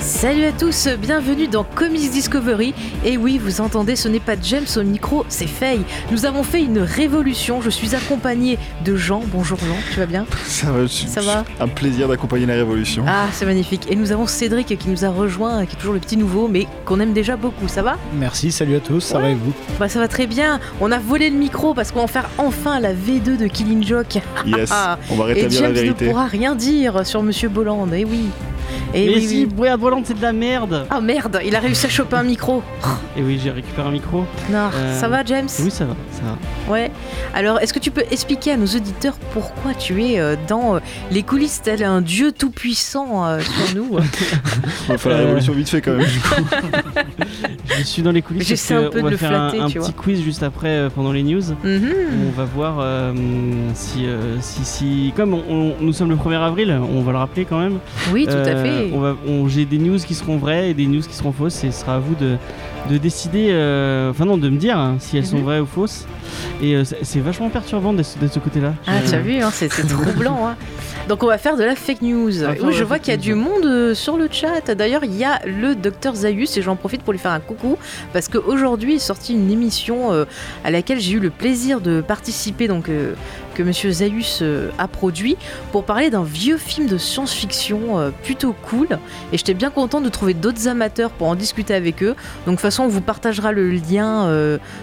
Salut à tous, bienvenue dans Comics Discovery. Et oui, vous entendez, ce n'est pas James au micro, c'est Faye. Nous avons fait une révolution. Je suis accompagné de Jean. Bonjour Jean, tu vas bien Ça va, Ça va Un plaisir d'accompagner la révolution. Ah, c'est magnifique. Et nous avons Cédric qui nous a rejoint, qui est toujours le petit nouveau, mais qu'on aime déjà beaucoup. Ça va Merci, salut à tous, ça ouais. va et vous Bah ça va très bien. On a volé le micro parce qu'on va faire enfin la V2 de Killing Joke. Yes, on va ah, rétablir et James la vérité. ne pourra rien dire sur Monsieur Bolland. Et Eh oui. Et mais oui, si, oui. volante, c'est de la merde. Ah merde, il a réussi à choper un micro. Oh, Et oui, j'ai récupéré un micro. Non, euh... ça va, James Oui, ça va, ça va. Ouais. Alors, est-ce que tu peux expliquer à nos auditeurs pourquoi tu es euh, dans euh, les coulisses tel un dieu tout puissant sur nous On va faire la révolution vite fait quand même. Du coup. Je suis dans les coulisses. J'essaie un peu on va de faire le flatter, un, un tu petit vois. quiz juste après pendant les news. Mm -hmm. On va voir euh, si, euh, si, si, comme on, on, nous sommes le 1er avril, on va le rappeler quand même. Euh, Oui, tout à fait. On va, on, j'ai des news qui seront vraies et des news qui seront fausses et ce sera à vous de, de décider, euh, enfin non, de me dire hein, Eh si elles ben. sont vraies ou fausses. Et euh, c'est vachement perturbant de ce, ce côté-là. Euh, Ah, tu as vu, hein, c'est troublant. Hein. Donc on va faire de la fake news. Oui, je vois qu'il y a du monde euh, sur le chat. D'ailleurs, il y a le docteur Zayus et j'en profite pour lui faire un coucou parce qu'aujourd'hui est sortie une émission euh, à laquelle j'ai eu le plaisir de participer. Donc euh, que Monsieur Zayus a produit pour parler d'un vieux film de science-fiction euh, plutôt cool. Et j'étais bien content de trouver d'autres amateurs pour en discuter avec eux. Donc de toute façon, on vous partagera le lien, euh,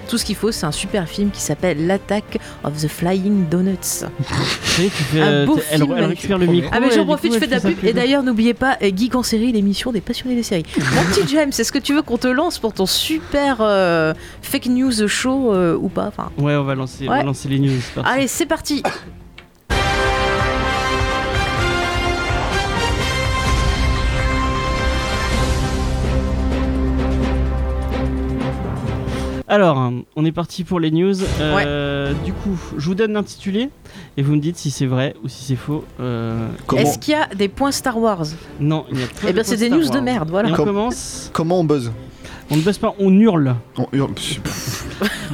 tout ce qu'il faut. C'est un super film qui s'appelle L'attaque of the Flying Donuts. tu fais, euh, un beau elle, film. Elle récupère le micro. Ah mais j'en profite, coup, je fais de la pub. Et d'ailleurs, n'oubliez pas euh, Geek en série, l'émission des passionnés des séries. Mon petit James, est-ce que tu veux qu'on te lance pour ton super euh, fake news show euh, ou pas enfin, Ouais, on va lancer, ouais. on va lancer les news. Allez, c'est parti. parti. Alors, on est parti pour les news. Euh, ouais. Du coup, je vous donne l'intitulé et vous me dites si c'est vrai ou si c'est faux. Euh, Est-ce qu'il y a des points Star Wars Non, il n'y a pas. Eh bien, c'est des Star news Wars. de merde, voilà. Et on Com commence. Comment on buzz On ne buzz pas, on hurle. On hurle.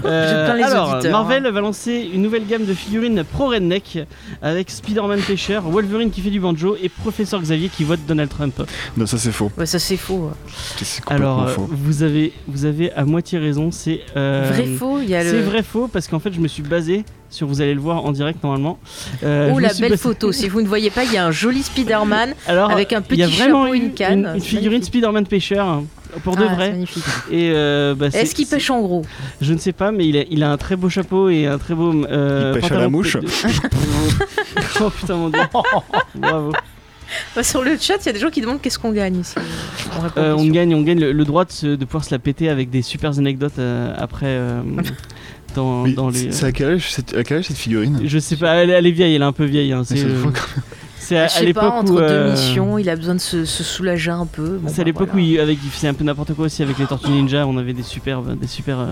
Euh, les alors, Marvel hein. va lancer une nouvelle gamme de figurines pro-redneck avec Spider-Man pêcheur, Wolverine qui fait du banjo et Professeur Xavier qui vote Donald Trump. Non, ça c'est faux. Ouais, ça c'est faux. hein. Alors, euh, faux. Vous, avez, vous avez à moitié raison. C'est euh, vrai faux. Il y a le... C'est vrai faux parce qu'en fait, je me suis basé sur vous allez le voir en direct normalement. Euh, oh la belle pas... photo, si vous ne voyez pas, il y a un joli Spider-Man avec un petit y a vraiment chapeau, une, une canne. Une, une figurine Spider-Man pêcheur hein, pour ah, de vrai. Est-ce et euh, bah, est, est qu'il pêche en gros Je ne sais pas, mais il a, il a, un très beau chapeau et un très beau. Euh, il pêche à la mouche. De... oh putain mon dieu. Bravo. Bah, sur le chat, il y a des gens qui demandent qu'est-ce qu'on gagne ici. On, euh, on gagne, on gagne le, le droit de, se, de, pouvoir se la péter avec des super anecdotes euh, après. dans, dans les. C'est à quel âge cette, à quel âge, cette figurine Je sais pas, elle, elle, est vieille, elle est un peu vieille. Hein, c'est euh, c'est à, Je sais à pas, entre où, deux euh, missions, il a besoin de se, se soulager un peu. Bon, c'est bah, à l'époque voilà. où il- avec, il faisait un peu n'importe quoi aussi avec les Tortues Ninja, on avait des superbes, des super euh,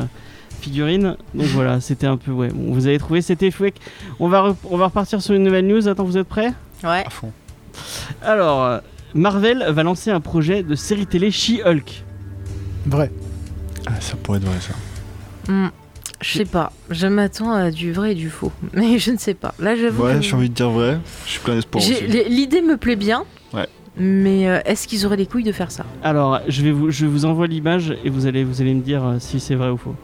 figurines. Donc voilà, c'était un peu ouais. Bon, vous avez trouvé, c'était chouette. On va re- on va repartir sur une nouvelle news. Attends, vous êtes prêts Ouais. À fond. Alors, euh, Marvel va lancer un projet de série télé She-Hulk. Vrai. Ah, ça pourrait être vrai ça. Hmm, Je sais pas, je m'attends à du vrai et du faux, mais je ne sais pas. Là, j'avoue. Ouais, que- j'ai envie de dire vrai. Je suis plein d'espoir J'ai- aussi. l- L'idée me plaît bien. Ouais. Mais euh, est-ce qu'ils auraient les couilles de faire ça Alors, je vais vous je vous envoie l'image et vous allez vous allez me dire euh, si c'est vrai ou faux.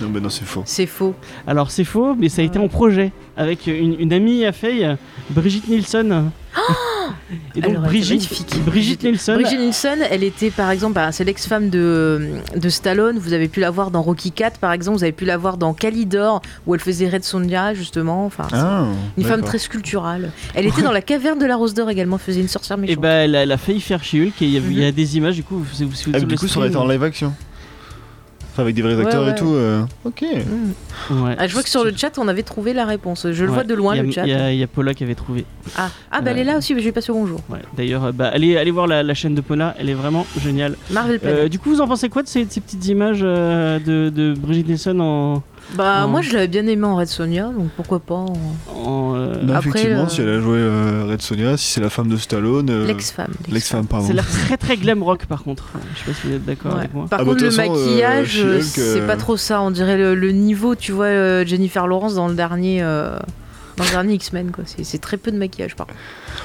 Non, mais non, c'est faux. C'est faux. Alors c'est faux, mais ça a Ah. été en projet avec une, une amie à Faye, euh, Brigitte Nielsen. et Elle donc aurait été Brigitte, magnifique. Brigitte Nielsen. euh, Brigitte Nielsen, elle était par exemple, bah, c'est l'ex-femme de, de Stallone, vous avez pu la voir dans Rocky 4 par exemple, vous avez pu la voir dans Calidor où elle faisait Red Sonja justement, enfin, c'est Ah, une femme d'accord. très sculpturale. Elle était dans la caverne de la Rose d'Or également, elle faisait une sorcière Et méchante. Mhm. bah elle a, elle a failli faire She-Hulk et il y, a- il y a des images du coup. Si vous, si vous- Ah, mais le du coup, ça aurait stream- été en live action. Enfin, avec des vrais euh, Ouais, acteurs ouais. et tout. euh, Ok. Eh Mm. Ouais. Ah, je vois que sur le chat on avait trouvé la réponse, je le ben, Ouais. vois de loin Il y a- le chat. Il y, a- il y a Paula qui avait trouvé. Ah. Ah, bah elle est là aussi, mais je lui ai pas ce bonjour. Ouais. D'ailleurs, euh, bah, allez, allez voir la, la chaîne de Paula, elle est vraiment géniale. Marvel Euh, Planet. du coup, vous en pensez quoi de ces, de ces petites images euh, de, de Brigitte Nielsen en, Bah, Non. moi, je l'avais bien aimé en Red Sonia, donc pourquoi pas en... En, euh, Non, après, effectivement, euh, si elle a joué euh, Red Sonia, si c'est la femme de Stallone. euh, l'ex-femme. L'ex-femme, pardon. C'est l'air très très glam rock par contre. Je sais pas si vous êtes d'accord Ouais. avec moi. Par Ah bah, contre, de le toute façon, euh, maquillage, She-Hulk, c'est euh, pas trop ça. On dirait le, le niveau, tu vois, euh, Jennifer Lawrence dans le dernier, euh, dans le dernier X-Men, quoi. C'est c'est très peu de maquillage, par contre.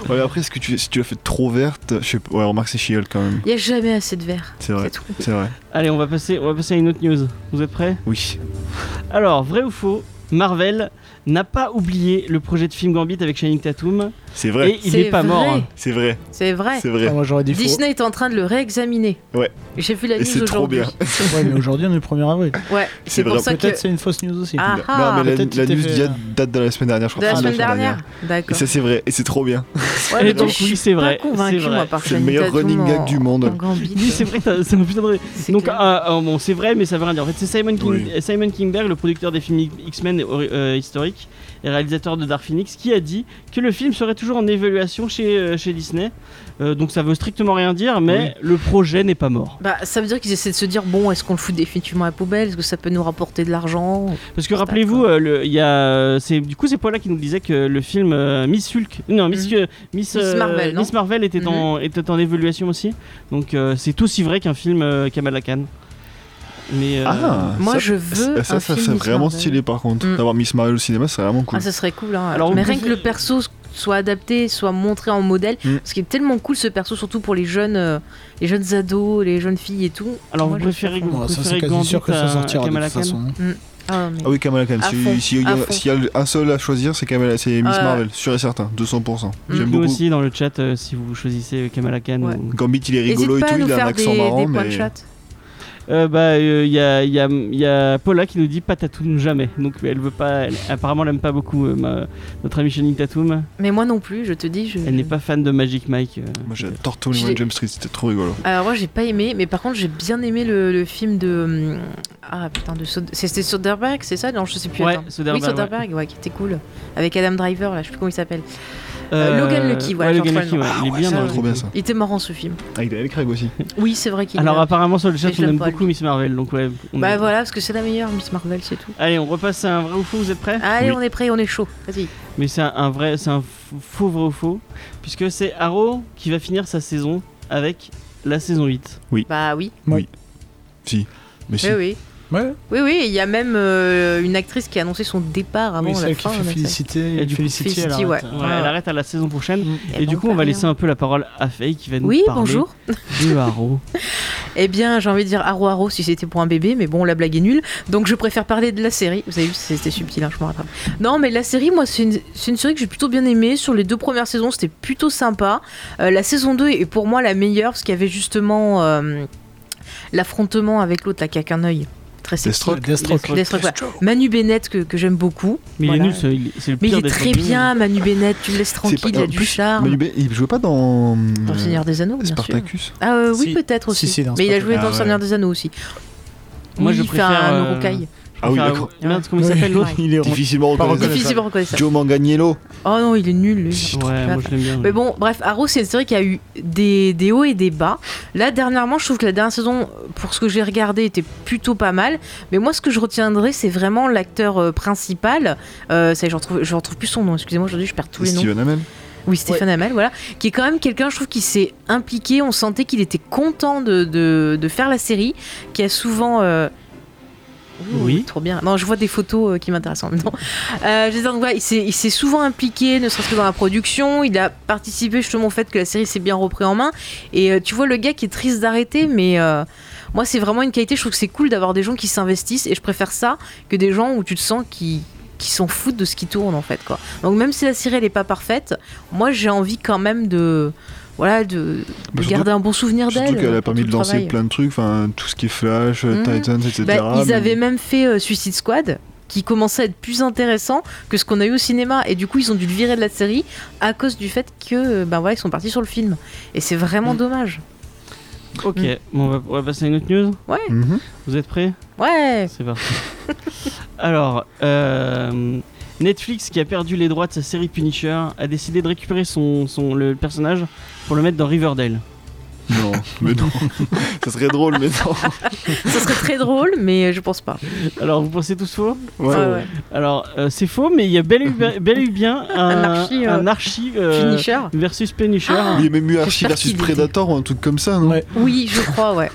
Ouais, mais après, est-ce que tu, si tu l'as fait trop verte, je sais pas. Ouais, remarque, c'est She-Hulk quand même. Il y a jamais assez de verre. C'est vrai. C'est tout. C'est vrai. Allez, on va passer, on va passer à une autre news. Vous êtes prêts Oui. Alors, vrai ou faux, Marvel n'a pas oublié le projet de film Gambit avec Shining Tatum C'est vrai. et il C'est n'est pas mort. hein. vrai. C'est vrai. C'est vrai. C'est vrai. Ah, moi j'aurais dit faux. Disney est en train de le réexaminer. Ouais. J'ai vu la Et news c'est trop aujourd'hui. bien. Ouais, mais aujourd'hui on est le 1er avril. Ouais. C'est C'est pour vrai. ça que Peut-être c'est une fausse news aussi. Ah, ah, non, mais peut-être la, la tu t'es news fait- euh, date, date de la semaine dernière, je de crois. la Ah, semaine dernière. Et D'accord. ça, c'est vrai. Et c'est trop bien. Ouais, Et mais donc, je oui, suis c'est pas vrai, convaincu, c'est moi, vrai. par C'est le Channing meilleur Tatum running en- gag du monde. en Gambit. Oui, c'est vrai, t'as- c'est un putain de vrai. C'est Donc, clair. ah, ah, bon, c'est vrai, mais ça veut rien dire. En fait, c'est Simon, King- euh, Oui. Simon Kingberg, le producteur des films X-Men ori- euh, historiques et réalisateur de Dark Phoenix, qui a dit que le film serait toujours en évaluation chez, euh, chez Disney. Euh, donc, ça veut strictement rien dire, mais le projet n'est pas mort. Bah, ça veut dire qu'ils essaient de se dire bon, est-ce qu'on le fout définitivement à la poubelle Est-ce que ça peut nous rapporter de l'argent Parce que rappelez-vous, euh, le- il y a, c'est du coup c'est Paula qui nous disait que le film euh, Miss Hulk, non Miss Mhm. euh, Miss, Miss euh, Marvel, non Mhm. Miss Marvel était en était en évaluation aussi. Donc euh, c'est aussi vrai qu'un film euh, Kamala Khan. Mais euh, Ah Moi, ça- je veux. Ça, un ça, film c'est Miss vraiment Marvel. stylé par contre. Mm. D'avoir Miss Marvel au cinéma, c'est vraiment cool. Ah, ça serait cool. Hein. Alors, Mais vous rien que pouvez- le perso soit adapté, soit montré en modèle, Mm. parce qu'il est tellement cool ce perso, surtout pour les jeunes, euh, les jeunes ados, les jeunes filles et tout. alors Moi, vous je préférez, suis à vous fond. Bon, ça préférez c'est quasi Gambit sûr que ça à sortira de Kamala toute Khan façon. Ah, mais- Ah oui, Kamala Khan. À Si- fond, S'il y, à a- fond. s'il y a un seul à choisir, c'est Kamala, c'est Miss Ouais. Marvel, sûr et certain, 200%. Mm. J'aime Nous beaucoup. aussi dans le chat euh, si vous choisissez Kamala Khan. Ouais. ou- Gambit, il est Hésite rigolo et pas à tout, nous il a un faire accent des, marrant, des points de mais. chat. Euh, bah il y, a, y, a, y a Paula qui nous dit pas Tatum jamais. Donc elle veut pas, elle- apparemment elle aime pas beaucoup euh, ma- notre amie Shining Tatum. Mais moi non plus, je te dis. Je... Elle n'est pas fan de Magic Mike. euh, Moi j'adore Tony Je l'ai- One Jump Street, c'était trop rigolo. Alors moi j'ai pas aimé, mais par contre j'ai bien aimé le, le film de hum, ah putain de Sod- c'était Soderbergh, c'est ça Non, je sais plus. Ouais, attends. Soderbergh, Oui, Soderbergh, ouais. qui était cool avec Adam Driver là, je sais plus comment il s'appelle. Euh, Logan Lucky, voilà, ouais, j'ai Logan retrouvé Lucky, le ouais, nom. il est bien ça, dans ouais. le Trop bien ça. Ah, Il était marrant ce film. Avec Daniel Craig aussi. Oui, c'est vrai qu'il. est Alors là. apparemment sur le chat Mais je on l'aime aime pas, beaucoup Miss Marvel donc ouais. on Bah est- voilà, parce que c'est la meilleure Miss Marvel, c'est tout. Allez on repasse à un vrai ou faux, vous êtes prêts Allez, Oui. on est prêt, on est chaud. Vas-y. Mais c'est un, un vrai, c'est un f- faux vrai ou faux puisque c'est Arrow qui va finir sa saison avec la saison 8. Bah oui. Mais si. Oui, oui. Ouais, Oui, oui. Il y a même euh, une actrice qui a annoncé son départ avant oui, la celle qui fin. fait de la série. féliciter. Et du coup, féliciter, elle Felicity, arrête. Ouais, Ah. Elle arrête à la saison prochaine Eh et ben, du coup on va rien. laisser un peu la parole à Faye qui va nous Oui, parler bonjour. de Arrow. Eh bien, j'ai envie de dire Haro Haro si c'était pour un bébé, mais bon, la blague est nulle. Donc, je préfère parler de la série. Vous avez vu, c'était subtil, hein, je me rattrape. Non, mais la série, moi, c'est une, c'est une série que j'ai plutôt bien aimée. Sur les deux premières saisons, c'était plutôt sympa. Euh, la saison 2 est pour moi la meilleure, parce qu'il y avait justement euh, l'affrontement avec l'autre, là, qui a qu'un œil. Très sexy. Deathstroke. Deathstroke. Deathstroke, voilà. Manu Bennett, que, que j'aime beaucoup. Mais Voilà. il est nul, c'est- il est- c'est le Mais il pire est des très Scorpions. bien, Manu Bennett. Tu me laisses C'est tranquille, pas- il a en du plus, charme. Manu Bay- il jouait pas dans. Ah. Dans euh, le Seigneur des Anneaux, bien sûr. Spartacus Ah euh, oui, Si. peut-être aussi. Si, si, dans mais il a Spartacus. joué dans Ah, le Seigneur ouais. des Anneaux aussi. Moi, Oui, je il fait un préfère, euh, rocaille. Ah oui, Enfin, d'accord. Merde, comment il s'appelle l'autre Il est rond. Difficilement Pas reconnaissable. reconnaissable. Difficilement reconnaissable. Joe Manganiello. Oh non, il est nul, lui. Ouais, moi je l'aime bien. Mais bon, bref, Arrow, c'est une série qui a eu des, des hauts et des bas. Là, dernièrement, je trouve que la dernière saison, pour ce que j'ai regardé, était plutôt pas mal. Mais moi, ce que je retiendrai, c'est vraiment l'acteur euh, principal. Euh, ça y est, je retrouve, je retrouve plus son nom. Excusez-moi, aujourd'hui, je perds tous les noms. Steven Amell. Oui, Stéphane Hamel, voilà, qui est quand même quelqu'un, je trouve, qui s'est impliqué. On sentait qu'il était content de, de, de faire la série, qui a souvent. euh, Oui. Trop bien. Non, je vois des photos euh, qui m'intéressent en même temps. Euh, je veux dire, donc, voilà, il s'est il s'est souvent impliqué, ne serait-ce que dans la production. Il a participé justement au fait que la série s'est bien reprise en main. Et euh, tu vois, le gars qui est triste d'arrêter, mais. euh, moi, c'est vraiment une qualité. Je trouve que c'est cool d'avoir des gens qui s'investissent et je préfère ça que des gens où tu te sens qui qui s'en foutent de ce qui tourne en fait quoi. Donc même si la série elle est pas parfaite, moi j'ai envie quand même de voilà de, de Bah, surtout- garder un bon souvenir d'elle. Surtout qu'elle a pour permis euh, tout de le lancer travail. plein de trucs, enfin tout ce qui est Flash, euh, Mhm. Titans, etc. Bah, ils mais- avaient même fait euh, Suicide Squad qui commençait à être plus intéressant que ce qu'on a eu au cinéma et du coup ils ont dû le virer de la série à cause du fait que euh, ben voilà ils sont partis sur le film et c'est Mm. vraiment dommage. Ok, bon, on, va, on va passer à une autre news. Mhm. Vous êtes prêts Ouais. C'est parti. Alors, euh, Netflix, qui a perdu les droits de sa série Punisher, a décidé de récupérer son, son- le personnage pour le mettre dans Riverdale. Non, mais non. ça serait drôle, mais non. Ce serait très drôle, mais je pense pas. Alors, vous pensez tous faux Ouais. Ouais, ouais. Alors, euh, c'est faux, mais il y a bel et, bel et bien un, Un archi, euh, Ah, un archi, euh, Finisher versus Punisher. Il y a même eu Archie J'espère versus qu'il était. Predator ou un truc comme ça, non Ouais. Oui, je crois, ouais.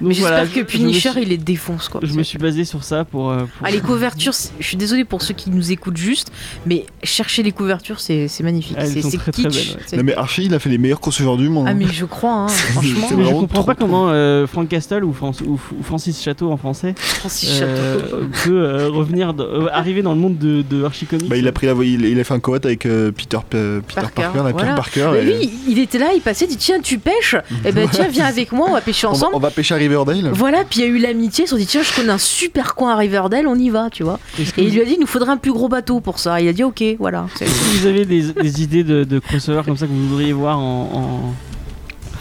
Donc mais j'espère voilà, je- que Punisher, je me suis, il les défonce, quoi. je me suis basé sur ça pour. euh, pour- Ah, les couvertures, c'est- je suis désolée pour ceux qui nous écoutent juste, mais chercher les couvertures, c'est c'est magnifique. Elles c'est sont c'est très, très kitsch. belles, ouais. c'est- Non, mais Archie, il a fait les meilleurs consoeurs du monde. Ah, mais je crois, hein, franchement. C'est Mais je vraiment comprends trop pas comment euh, Frank Castle ou, France- ou- ou Francis Château en français Francis euh, Chateau. peut euh, revenir, dans- euh, arriver dans le monde de, de Archie Comics. Bah, il a pris la voie- il, il a fait un coat avec euh, Peter, P- Peter Parker, Parker, la voilà. Peter Parker. Mais et- lui, il était là, il passait, il dit Tiens, tu pêches Eh ben, tiens, viens avec moi, on va pêcher on, va, ensemble. on va pêcher à Riverdale. Voilà, puis il y a eu l'amitié, ils se sont dit Tiens, je connais un super coin à Riverdale, on y va, tu vois. Est-ce que Et vous- il lui a dit Il nous faudrait un plus gros bateau pour ça. Il a dit Ok, voilà. C'est- Est-ce que vous avez des, des idées de, de crossover comme ça que vous voudriez voir en,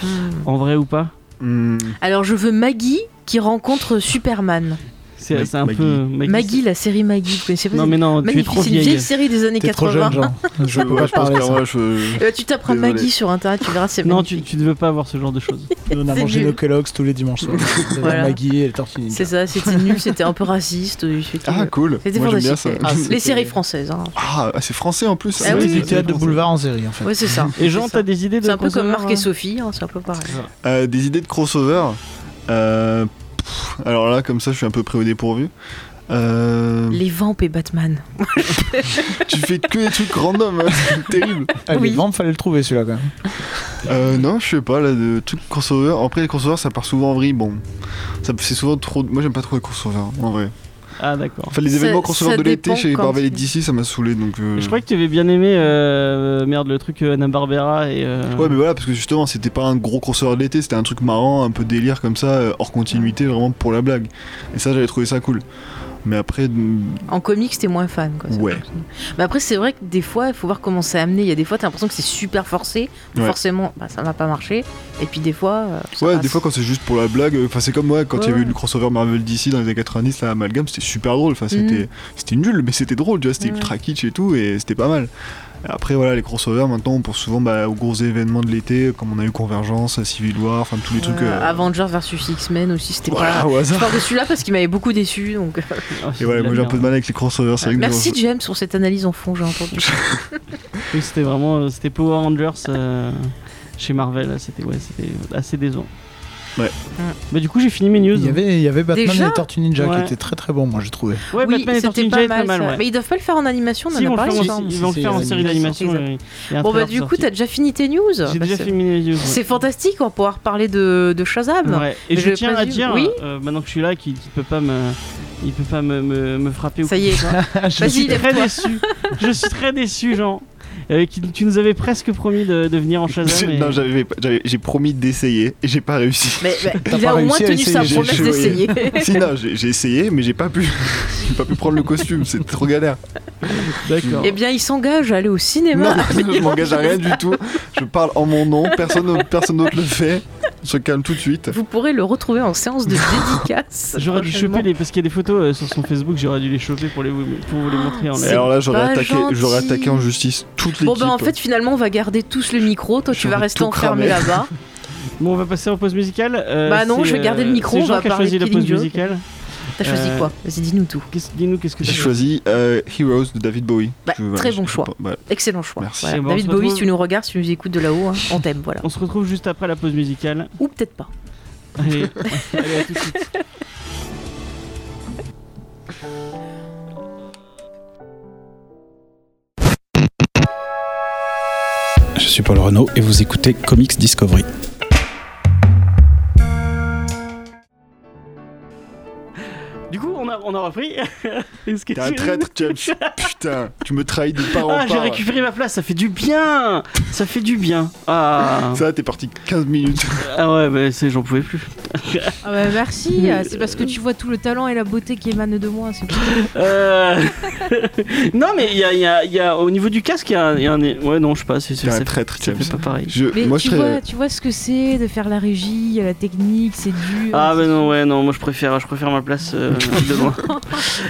en, en vrai ou pas Hmm. Alors, je veux Maggie qui rencontre Superman. C'est Ma- c'est un Maggie. peu. Maggie, Maggie, la série Maggie, vous connaissez c'est- pas Non, cette- mais non, tu es Magnifique, trop c'est une vieille. vieille série des années T'es 80. trop jeune, genre. Je peux Ouais, pas je pense parler que ça. moi, je- Euh, tu taperas Désolé. Maggie sur internet, tu verras, c'est Non, tu, magnifique. tu ne veux pas voir ce genre de choses. Nous, on a C'est mangé nul. nos Kellogg's tous les dimanches. soir. C'est-à-dire Voilà. Maggie et le tortillini. C'est ça, c'était nul, c'était un peu raciste. euh, C'était Ah, cool. c'était Moi, j'aime bien ça. fantastique. Ah, Les c'était- séries françaises. hein. Ah, c'est français en plus. Ah C'est oui, du oui, théâtre de boulevard en série, en fait. Ouais, c'est ça. Et c'est Jean, ça. t'as des idées de C'est un peu comme crossover, Marc hein et Sophie, hein, c'est un peu pareil. Euh, des idées de crossover. Euh, pff, alors là, comme ça, je suis un peu pris au dépourvu. Euh, Les vampes et Batman. tu fais que des trucs random, hein, c'est terrible. Ah, Oui. Les ventes, fallait le trouver celui-là quand même. Euh, non, je sais pas, là, de trucs crossover. Après, les crossovers, ça part souvent en vrille. Bon, Ça- c'est souvent trop. Moi, j'aime pas trop les crossovers, en vrai. Ah, d'accord. Enfin, les Ça- événements ça crossover de l'été dépend chez quand Marvel et c'est. DC, ça m'a saoulé donc. euh, Je croyais que tu avais bien aimé, euh, merde, le truc euh, Hanna-Barbera et. euh, Ouais, mais voilà, parce que justement, c'était pas un gros crossover de l'été, c'était un truc marrant, un peu délire comme ça, euh, hors continuité, vraiment pour la blague. Et ça, j'avais trouvé ça cool. Mais après, mm, En comics, t'es moins fan. Quoi, Bah, c'est Ouais. vrai. Mais après, c'est vrai que des fois, il faut voir comment c'est amené. Il y a des fois, t'as l'impression que c'est super forcé. Ouais. Forcément, bah, ça n'a pas marché. Et puis des fois. euh, ça ouais, passe. des fois, quand c'est juste pour la blague, euh, enfin, c'est comme ouais, quand il y Ouais. avait eu le crossover Marvel DC dans les années 90, là, Amalgam, c'était super drôle. Enfin, Mhm. c'était c'était nul, mais c'était drôle, tu vois, c'était Mm. ultra kitsch et tout, et c'était pas mal. Après, voilà, les crossovers, maintenant, on pense souvent bah, aux gros événements de l'été, comme on a eu Convergence, Civil War, enfin, tous les trucs. Voilà, euh, Avengers versus X-Men aussi, c'était voilà, pas. au Je hasard. parle de celui-là parce qu'il m'avait beaucoup déçu. Donc... euh, ah, Et c'est de la voilà, moi, j'ai un merde. peu de mal avec les crossovers, c'est vrai que Merci James pour cette analyse en fond, j'ai entendu. Oui, c'était vraiment. euh, C'était Power Rangers euh, chez Marvel. là, C'était ouais, c'était assez décevant. Ouais. Bah, du coup, j'ai fini mes news. Il y avait, il y avait Batman Déjà et les Tortues Ninja Ouais. qui étaient très très bons, moi j'ai trouvé. Ouais, oui, Batman et c'était Tortue Ninja pas est très mal. mal, ça. ouais. Mais ils doivent pas le faire en animation, on Si, en ils a vont le parlé faire en- ensemble. ils vont le Si, faire en si, série si, d'animation. si, et- et un hein. Bon, bah, trailer du coup, sorti. t'as déjà fini tes news. J'ai Bah, déjà c'est- fini mes news. ouais. C'est fantastique, on va pouvoir parler de, de Shazam. Ouais. Et Mais je je tiens à présume- dire, oui. euh, maintenant que je suis là, qu'il ne peut pas me, il peut pas me, me, me frapper. ou Ça y est, Je Vas-y, Je suis lève-toi. très déçu. je suis très déçu, Jean. Euh, qui- tu nous avais presque promis de, de venir en Shazam. et- Non, j'avais pas- j'avais- j'ai promis d'essayer et j'ai pas réussi. mais, mais T'as il pas a au moins réussi à tenu sa essayer, j'ai promesse essayé. d'essayer. si, non, j'ai j'ai essayé, mais j'ai pas pu. j'ai pas pu prendre le costume, c'est trop galère. D'accord. eh bien, il s'engage à aller au Non, cinéma. je m'engage à rien du tout. Je parle en mon nom, personne, personne d'autre le fait. On se calme tout de suite. Vous pourrez le retrouver en séance de dédicace. J'aurais dû prochainement. choper les. Parce qu'il y a des photos euh, sur son Facebook, j'aurais dû les choper pour, les, pour vous les montrer en Ah, C'est- Et live. alors là, j'aurais pas attaqué, gentil. j'aurais attaqué en justice toute l'équipe. Bon, bah en fait, finalement, on va garder tous le micro. Toi, tu J'aurais vas rester tout enfermé cramé. là-bas. Bon, on va passer en pause musicale. euh, Bah non, c'est, je vais garder le euh, micro, c'est on Jean va qui a parler choisi de la Killing pause Joke. musicale. T'as choisi Euh, quoi Vas-y, dis-nous tout. Qu'est-ce- Dis-nous qu'est-ce que j'ai c'est. choisi euh, Heroes de David Bowie. Bah, Je- voilà, très je- bon je- choix. bah, Excellent choix. Merci. Voilà. Bon, on David se Bowie, retrouve- si tu nous regardes, si tu nous écoutes de là-haut, hein, on t'aime, voilà. On se retrouve juste après la pause musicale. Ou peut-être pas. Allez, allez, à tout de suite. Je suis Paul Renault et vous écoutez Comics Discovery. Du coup, on a, on a repris. Est-ce que T'es un tu- traître, James. Putain, tu me trahis de part en Ah, j'ai part. récupéré ma place, ça fait du bien Ça fait du bien Ah, Ça, t'es parti 15 minutes. ah ouais, bah, c'est- j'en pouvais plus. Ah bah merci, euh, c'est parce que tu vois tout le talent et la beauté qui émanent de moi. c'est tout. Euh, non, mais il y a, il y a- il y a- au niveau du casque, il y a, un- il y a un. Ouais, non, je sais pas. C'est T'es c'est- un c'est- traître, c'est James. pas pareil. Je- Mais moi, je tu, serais- vois, tu vois ce que c'est de faire la régie, la technique, c'est dur. Ah c'est bah non chiant. ouais non moi je préfère je préfère ma place euh, de loin.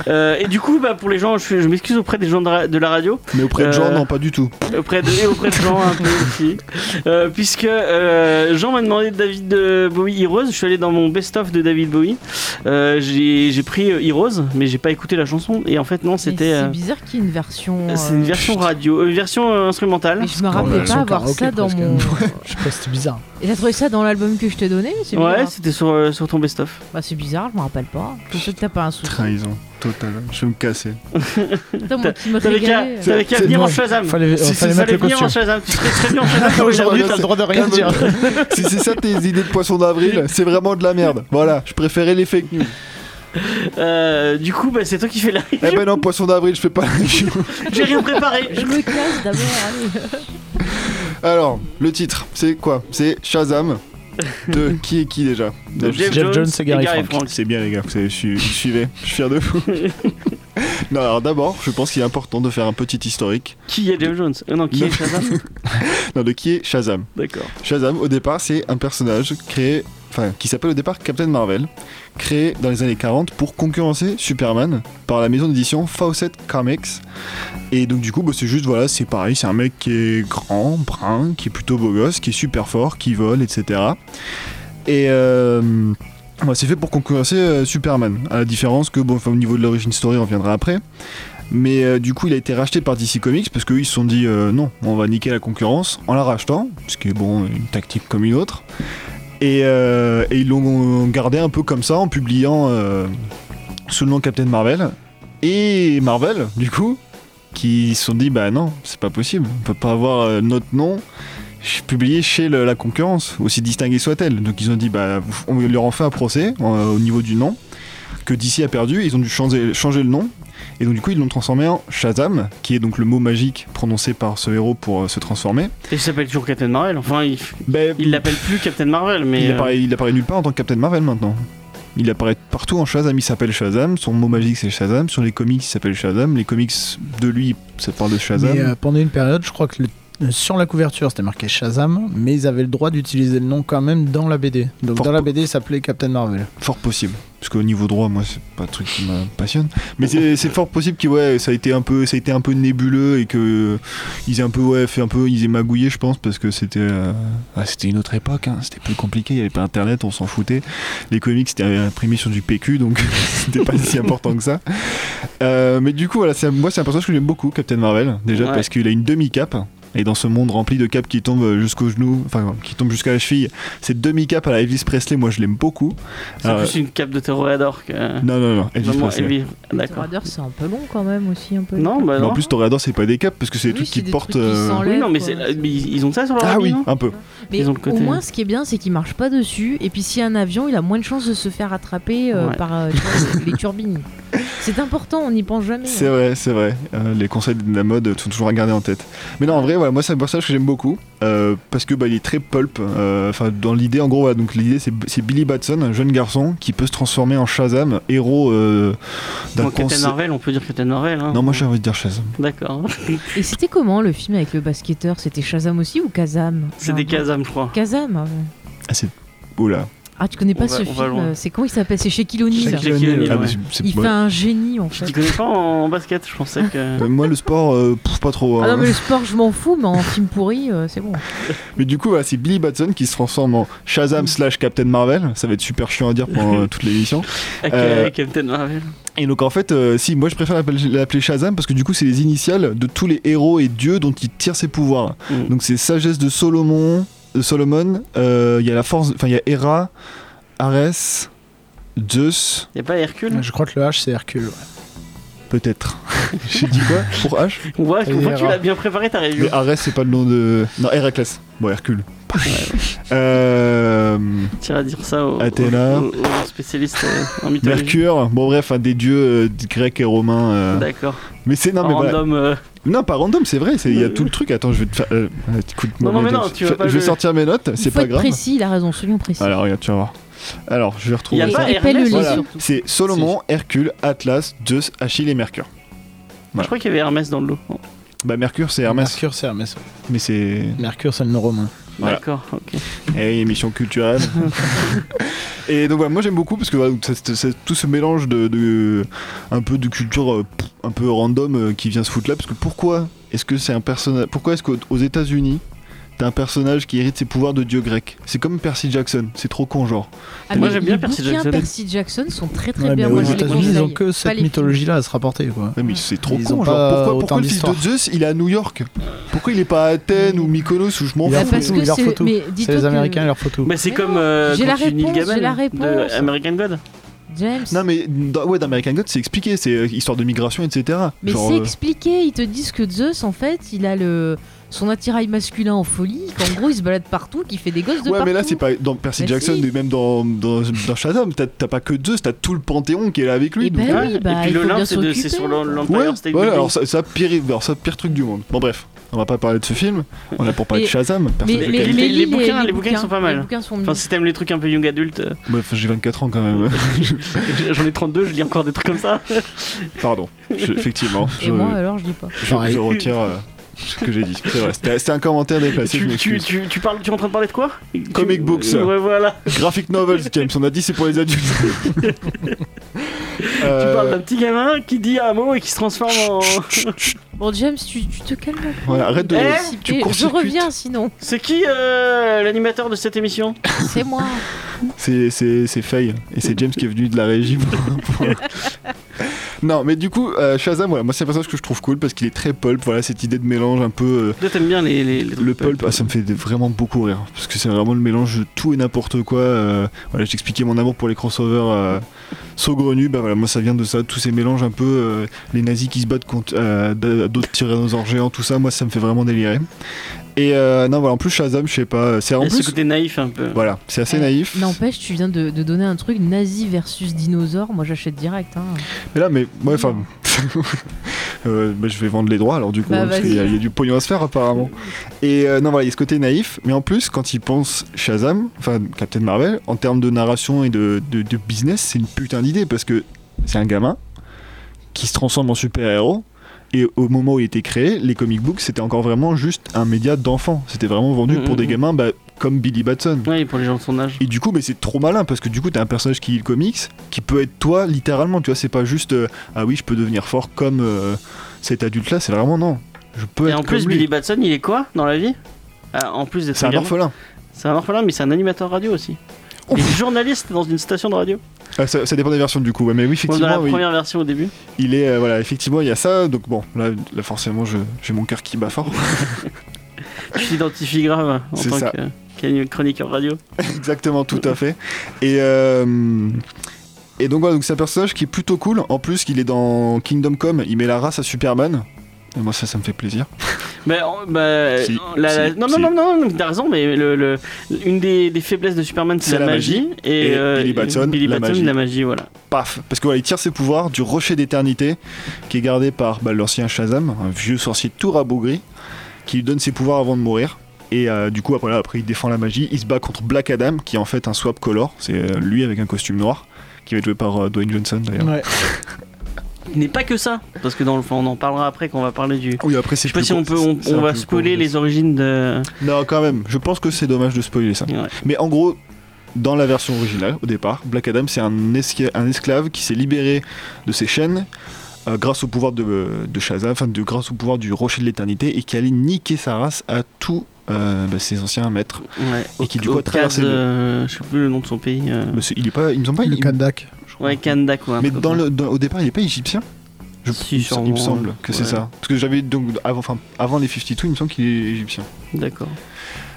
Euh, et du coup bah pour les gens je, suis- je m'excuse auprès des gens de, ra- de la radio Mais auprès de Euh, gens, non, pas du tout. auprès de, et auprès de Jean un peu aussi Euh, puisque euh, Jean m'a demandé de David euh, Bowie Heroes je suis allé dans mon best of de David Bowie Euh, j'ai j'ai pris euh, Heroes mais j'ai pas écouté la chanson et en fait non Mais c'était C'est euh, bizarre qu'il y ait une version. c'est une euh, version radio euh, une version euh, instrumentale Mais je me Dans rappelais la- pas son avoir karaoké, ça dans presque. mon. Je sais pas, c'était bizarre. Et t'as trouvé ça dans l'album que je t'ai donné C'est ouais bizarre. c'était sur euh, sur ton best of Bah, c'est bizarre, je me rappelle pas. Je sais que t'as pas un souci. Trahison totale. Je vais me casser. Putain, moi qui me T'avais qu'à régalais. euh, t'avais qu'à C'est venir en dommage. Shazam Fallait, Si- euh, si- fallait mettre fallait le venir en costume. Shazam tu serais très bien en Shazam aujourd'hui t'as le droit de rien dire. si c'est ça tes idées de poisson d'avril, c'est vraiment de la merde. Voilà, je préférais les fake news. Euh, du coup, bah, c'est toi qui fais la Eh ben non, poisson d'avril, je fais pas les news. J'ai rien préparé. Je me casse d'abord, allez. Alors, le titre, c'est quoi C'est Shazam. De qui est qui déjà De Jeff Jones et Gary Frank. C'est bien les gars, vous savez, je suis- je suivais, je suis fier de vous. non, alors d'abord, je pense qu'il est important de faire un petit historique Qui est Jeff Jones Euh, Non, qui Non. est Shazam non, de qui est Shazam. D'accord. Shazam, au départ, c'est un personnage créé, enfin, qui s'appelle au départ Captain Marvel, créé dans les années 40 pour concurrencer Superman par la maison d'édition Fawcett Comics. Et donc, du coup, bah, c'est juste, voilà, c'est pareil, c'est un mec qui est grand, brun, qui est plutôt beau gosse, qui est super fort, qui vole, etc. Et. euh, bah, c'est fait pour concurrencer euh, Superman, à la différence que, bon, enfin, au niveau de l'origine story, on reviendra après. Mais euh, du coup, il a été racheté par DC Comics parce qu'eux ils se sont dit euh, non, on va niquer la concurrence en la rachetant, ce qui est bon, une tactique comme une autre. Et, euh, et ils l'ont gardé un peu comme ça en publiant euh, sous le nom Captain Marvel. Et Marvel, du coup, qui se sont dit bah non, c'est pas possible, on peut pas avoir euh, notre nom ch- publié chez le- la concurrence, aussi distinguée soit-elle. Donc ils ont dit bah on leur en fait un procès euh, au niveau du nom que DC a perdu, ils ont dû changer- changer le nom et donc du coup ils l'ont transformé en Shazam, qui est donc le mot magique prononcé par ce héros pour euh, se transformer. Et il s'appelle toujours Captain Marvel. Enfin, il Ben, il l'appelle plus Captain Marvel, mais. il euh, apparaît, il apparaît nulle part en tant que Captain Marvel maintenant. Il apparaît partout en Shazam, il s'appelle Shazam, son mot magique c'est Shazam, sur les comics il s'appelle Shazam, les comics de lui ça parle de Shazam. Mais euh, pendant une période, je crois que le- euh, sur la couverture c'était marqué Shazam, mais ils avaient le droit d'utiliser le nom quand même dans la BD. Donc Fort dans la po- BD, il s'appelait Captain Marvel. Fort possible. Parce qu'au niveau droit, moi, c'est pas un truc qui me passionne. Mais c'est c'est fort possible que ouais, ça a été un peu, ça a été un peu nébuleux et que euh, ils aient un peu, ouais, fait un peu, ils aient magouillé, je pense, parce que c'était, euh, ah, c'était une autre époque. hein. C'était plus compliqué. Il y avait pas Internet, on s'en foutait. Les comics c'était imprimé sur du PQ, donc c'était pas si important que ça. Euh, mais du coup, voilà, c'est- moi, c'est un personnage que j'aime beaucoup, Captain Marvel, déjà Ouais. parce qu'il a une demi cape. Et dans ce monde rempli de capes qui tombent jusqu'au genou, enfin qui tombent jusqu'à la cheville, cette demi-cape à la Elvis Presley, moi je l'aime beaucoup. C'est Alors, euh, plus une cape de Toréador que. euh, non, non, non, Elvis Vraiment, Presley. Elvis. D'accord. Torrador, c'est un peu long quand même aussi, un peu. Non, bah Mais non. en plus, Toréador, c'est pas des capes parce que c'est Oui, des trucs c'est qui des portent. trucs qui euh, s'enlèvent. oui, non, mais quoi. c'est- là, mais ils ils ont ça sur leur Ah habit, oui, non un peu. Mais Ils ont le au côté. moins, ce qui est bien, c'est qu'il marche pas dessus. Et puis, s'il y a un avion, il a moins de chances de se faire attraper euh, Ouais. par euh, tu vois, les, les turbines. C'est important, on n'y pense jamais. hein. C'est vrai, c'est vrai. Euh, les conseils de la mode sont toujours à garder en tête. Mais non, en vrai, voilà, moi c'est un personnage que j'aime beaucoup euh, parce que bah, il est très pulp. euh, Enfin, dans l'idée, en gros, voilà, donc l'idée c'est c'est Billy Batson, un jeune garçon qui peut se transformer en Shazam, héros euh, d'un Donc, Captain conse- Marvel, on peut dire Captain Marvel. Hein. Non, moi j'ai envie de dire Shazam. D'accord. Et c'était comment le film avec le basketteur C'était Shazam aussi ou Kazam C'est des J'ai un doute. Kazam, je crois. Kazam ah ouais. Ah, c'est. Oula. Ah, tu connais pas On va- ce on va film loin. euh, C'est comment il s'appelle C'est chez O'Neal. Shaquille O'Neal, Ah, ouais. bah, c'est- c'est- Il ouais. fait un génie en Je t'y fait. connais pas en en basket, je pensais que. Euh, Moi, le sport, euh, pff, pas trop. Ah hein. non, mais le sport, je m'en fous, mais en film pourri, euh, c'est bon. Mais du coup, voilà, c'est Billy Batson qui se transforme en Shazam slash Captain Marvel. Ça va être super chiant à dire pendant euh, toute l'émission. Avec, Euh, euh, Captain Marvel. Et donc, en fait, euh, si, moi je préfère l'appeler l'appeler Shazam parce que du coup, c'est les initiales de tous les héros et dieux dont il tire ses pouvoirs. Mm. Donc, c'est Sagesse de Solomon, de Solomon, euh, il y a la force, enfin, il y a Hera, Ares, Zeus, Y'a pas Hercule Je crois que le H c'est Hercule. ouais. peut-être. J'ai dit quoi Pour H On voit on Et voit que tu Hera. l'as bien préparé ta review. Mais Ares, c'est pas le nom de. Non, Héraclès. Bon, Hercule. euh. Tu à dire ça au, Athéna. au- au- au spécialiste euh, en mythologie. Mercure, bon bref, un des dieux euh, grecs et romains. euh, D'accord. Mais c'est non, En mais voilà. Random. euh, Non, pas random, c'est vrai. c'est- Il y a tout le truc. Attends, je vais te faire. euh, écoute, moi, Non, non, mais mes non, notes. tu vas Je- pas je vais le- sortir mes notes. Il C'est faut pas être grave. précis, il a raison, soyons précis. Alors regarde, tu vas voir. Alors, je vais Il n'y retrouver a ça. pas Et Hermès, Pélule. voilà. surtout. C'est Solomon, Hercule, Atlas, Zeus, Achille et Mercure. Je crois qu'il y avait Hermès dans le lot. Bah Mercure c'est Hermès, Mercure, c'est Hermès. mais c'est Mercure, c'est le nom romain. Voilà. D'accord, ok. Eh, émission culturelle. et donc voilà, moi j'aime beaucoup parce que voilà, donc, ça- ça- ça- tout ce mélange de, de- un peu de culture euh, pff, un peu random euh, qui vient se foutre là, parce que pourquoi est-ce que c'est un personnage, pourquoi est-ce qu'aux aux États-Unis t'as un personnage qui hérite ses pouvoirs de dieu grec C'est comme Percy Jackson, c'est trop con genre. Ah, Moi, mais j'aime bien les Percy bouquins Jackson. Percy Jackson sont très très Ouais, bien. mais Moi, aux je les États-Unis, ils ont conseille. que Pas cette les films. mythologie-là à se rapporter, quoi. Ouais, mais c'est trop Ils con ont genre. pas Pourquoi, pourquoi autant le fils de d'histoire. Zeus il est à New York Pourquoi il est pas à Athènes ou Mykonos ou je m'en Il a Ah, fous foutu, parce il que leur faut c'est tout. mais C'est dis-toi les que Américains et leurs photos. Bah, c'est Mais comme non, euh, j'ai la quand tu lis réponse, Neil Gaiman j'ai la réponse. Ah de American God. James. Non mais dans- ouais, d'American God c'est expliqué, c'est euh, histoire de migration etc. Mais Genre, c'est euh, expliqué, ils te disent que Zeus, en fait, il a le son attirail masculin en folie, qu'en gros, il se balade partout, qu'il fait des gosses de Ouais, partout. mais là, c'est pas dans Percy Mais Jackson si. et même dans, dans, dans Shazam. T'as t'as pas que Zeus, t'as tout le Panthéon qui est là avec lui. Eh donc- euh, ben oui, bah, Et puis il faut l'Olympe, bien c'est de- s'occuper. c'est sur l'O- l'Empire Ouais, State voilà, Building. alors ça, ça pire, alors ça, pire truc du monde. Bon, bref, on va pas parler de ce film. On est là pour parler Mais- de Shazam. Percy Mais, Les- mais, Jackson. les- mais les lis bouquins, les bouquins sont pas mal. Les bouquins sont Enfin, mieux. si t'aimes les trucs un peu young adulte, euh, Bref, j'ai 24 ans quand même. j'en ai 32, je lis encore des trucs comme ça. Ah, Pardon, Je- effectivement. Et Je, moi, alors, je dis pas. je, je retire euh, ce que j'ai dit. C'est vrai, c'était c'était un commentaire déplacé, je tu, tu, m'excuse. tu, tu parles, tu es en train de parler de quoi Comic Tu- books. Ouais, voilà. Graphic novels, James, on a dit c'est pour les adultes. Tu Euh, parles d'un petit gamin qui dit un mot et qui se transforme en. Bon, James, tu, tu te calmes. un peu. Voilà, arrête de. Eh, Si- tu eh, je court-circuites. reviens sinon, C'est qui euh, l'animateur de cette émission c'est moi. C'est- C'est c'est Faye et c'est James qui est venu de la régie. pour- pour- non, mais du coup, euh, Shazam, voilà, moi c'est un personnage que je trouve cool parce qu'il est très pulp. Voilà, cette idée de mélange un peu. euh, Toi, t'aimes bien les. les, les trucs le pulp, ah, ça me fait des- vraiment beaucoup rire parce que c'est vraiment le mélange de tout et n'importe quoi. euh, voilà, je t'expliquais mon amour pour les crossovers euh, saugrenus. Bah voilà, moi ça vient de ça, tous ces mélanges un peu. euh, les nazis qui se battent contre euh, d- d'autres tyrannosaures géants, tout ça, moi ça me fait vraiment délirer. Et euh, non, voilà, en plus Shazam, je sais pas, euh, c'est en Il y a ce plus. côté naïf un peu. Voilà, c'est assez Eh, naïf. N'empêche, tu viens de, de donner un truc nazi versus dinosaure. Moi, j'achète direct. Hein. Mais là, mais ouais, enfin, euh, bah, je vais vendre les droits alors du coup, Bah, hein, parce qu'il y, a- vas-y. il y a du pognon à se faire apparemment. Et euh, non, voilà, il y a ce côté naïf, mais en plus, quand il pense Shazam, enfin Captain Marvel, en termes de narration et de, de- de business, c'est une putain d'idée parce que c'est un gamin qui se transforme en super-héros. Et au moment où il était créé, les comic books, c'était encore vraiment juste un média d'enfants. C'était vraiment vendu Mm, Mhm, pour des mhm. gamins bah, comme Billy Batson. Ouais, pour les gens de son âge. Et du coup, mais c'est trop malin parce que du coup, t'as un personnage qui lit le comics qui peut être toi littéralement. Tu vois, c'est pas juste euh, ah oui, je peux devenir fort comme euh, cet adulte-là. C'est vraiment non. Je peux Et être en plus, comme lui. Billy Batson, il est quoi dans la vie Ah, En plus d'être C'est un gamin. orphelin. C'est un orphelin, mais c'est un animateur radio aussi. Il est journaliste dans une station de radio. Ah, ça, ça dépend des versions du coup. ouais, mais oui, Dans effectivement, la oui, première version au début. il est euh, voilà, effectivement, il y a ça. Donc bon, là, là, forcément, je- j'ai mon cœur qui bat fort. Tu t'identifies grave hein, en C'est tant ça. que qu'anim- chroniqueur radio. Exactement, tout à fait. Et euh, et donc voilà, donc c'est un personnage qui est plutôt cool. En plus, qu'il est dans Kingdom Come, il met la race à Superman. Et moi, ça, ça me fait plaisir. Mais, en- bah, Si, la- la- si, non, si. non, non, non, non, t'as raison, mais le, le- une des, des faiblesses de Superman, c'est la, magie. Et, et euh, Billy Batson, Billy la Batson, magie. la magie, voilà. paf parce que voilà il tire ses pouvoirs du rocher d'éternité qui est gardé par bah, l'ancien Shazam un vieux sorcier tout rabougri qui lui donne ses pouvoirs avant de mourir et euh, du coup après, voilà, après il défend la magie il se bat contre Black Adam qui est en fait un swap color c'est euh, lui avec un costume noir qui va être joué par euh, Dwayne Johnson d'ailleurs Ouais. Il n'est pas que ça, parce que dans le fond, on en parlera après quand on va parler du. oui après c'est Je sais pas plus si con- on peut, on, c'est on un va peu con, spoiler mais- les origines de. non quand même je pense que c'est dommage de spoiler ça Ouais. mais en gros dans la version originale, au départ, Black Adam, c'est un, esca- un esclave qui s'est libéré de ses chaînes euh, grâce au pouvoir de, de Shazam, enfin, de, grâce au pouvoir du Rocher de l'Éternité, et qui allait niquer sa race à tous euh, bah, ses anciens maîtres. Ouais. Et qui, du coup, a Cad, traversé le- euh, Je sais plus le nom de son pays. euh, Mais c'est- il est pas, il me semble pas, Le il- Kandak. Ouais, Kanda, quoi. un mais peu dans comme le, dans- au départ, il est pas égyptien. Je, Si, il, me- sûrement, il me semble que c'est ouais. ça. Parce que j'avais donc avant, enfin, avant les 52, il me semble qu'il est égyptien. ça. D'accord.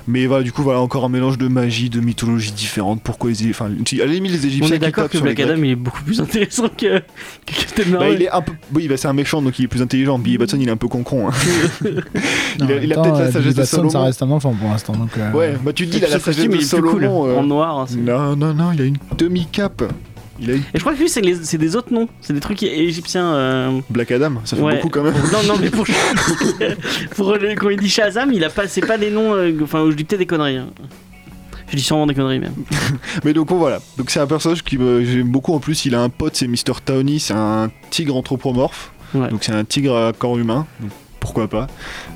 Mais voilà, du coup, voilà encore un mélange de magie, de mythologie différente. Pourquoi les, enfin, si- à la limite, les Égyptiens On est qui d'accord tapent que sur les Black Adam Grecs. il est beaucoup plus intéressant que, que Captain Bah, Marvel. il est un peu, oui, bah, c'est un méchant, donc il est plus intelligent. Billy Batson, il est un peu concon. hein. Il a- il a peut-être la sagesse de Salomon. ça reste un enfant pour l'instant. Donc, euh, Ouais, bah tu te dis, il a Et la puis, ce sagesse costume, de il est plus cool, Salomon. euh, en noir. hein, c'est- Non, non, non, il a une demi-cape. Il a eu Et je crois que lui, c'est les- c'est des autres noms. C'est des trucs égyptiens. euh, Black Adam, ça fait ouais. beaucoup quand même. Non, non, mais pour, euh, pour le- quand il dit Shazam, il a pas, c'est pas des noms. euh, Enfin, je dis peut-être des conneries. hein. Je dis sûrement des conneries, même. Mais donc bon, voilà, donc c'est un personnage qui me- j'aime beaucoup en plus, il a un pote, c'est Mr. Tawny, c'est un tigre anthropomorphe, Ouais. donc c'est un tigre à corps humain, donc pourquoi pas.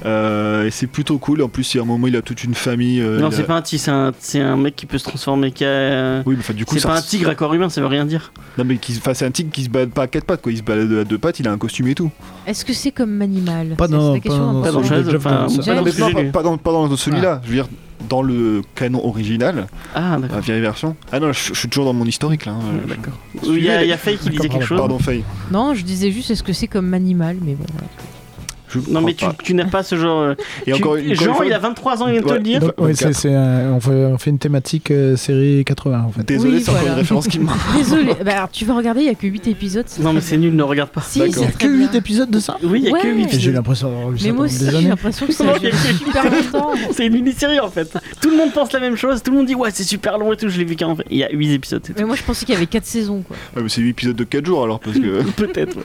Euh, et c'est plutôt cool, en plus il y a un moment il a toute une famille... euh, non, il a- c'est pas un tigre, c'est un, c'est un mec qui peut se transformer. qui a, euh, Oui, mais enfin du coup C'est ça pas un res- tigre à corps humain, ça veut rien dire. Non mais qui... enfin, c'est un tigre qui se balade pas à quatre pattes, quoi, il se balade à deux pattes, il a un costume et tout. Est-ce que c'est comme animal Pas C'est- c'est dans- la question pas dans- Pas dans importante. Ensemble Shadow, de Jeff enfin, Dawson. pas dans Ah, non, mais non, pas, celui-là. pas dans, pas dans celui-là, je veux dire dans le canon original, Ah, d'accord. la vieille version. Ah non, je, je suis toujours dans mon historique là, hein, Mm. d'accord. Il y a, Celui-là, il y a Faye qui disait quelque chose. Pardon Faye. Non, je disais juste est-ce que c'est comme animal, mais bon. voilà. Je Non, mais tu, comprends pas. tu n'as pas ce genre. euh, Ah. Et tu- encore, une- encore une Jean, fois, il a 23 ans, il vient de te Ouais. le dire. Donc, ouais, c'est- 24. c'est un- on, fait, on fait une thématique euh, série 80 en fait. Désolé, Oui, c'est encore voilà. une référence qui me Désolé. Bah, alors, tu vas regarder, il y a que 8 épisodes. c'est Non, très mais c'est nul, ne regarde pas. Si, D'accord. c'est Que très 8 bien. épisodes de ça Oui, il y a Ouais. que 8 J'ai l'impression d'avoir vu ça Mais moi pendant aussi, hein. des j'ai années. l'impression que Non, ça il y dure a que- super longtemps. C'est une mini-série en fait. Tout le monde pense la même chose, tout le monde dit ouais, c'est super long et tout, je l'ai vu qu'en fait. Il y a 8 épisodes. c'est tout. Mais moi, je pensais qu'il y avait 4 saisons, quoi. Ouais, Ah, mais c'est 8 épisodes de 4 jours alors parce que. Peut-être. ouais.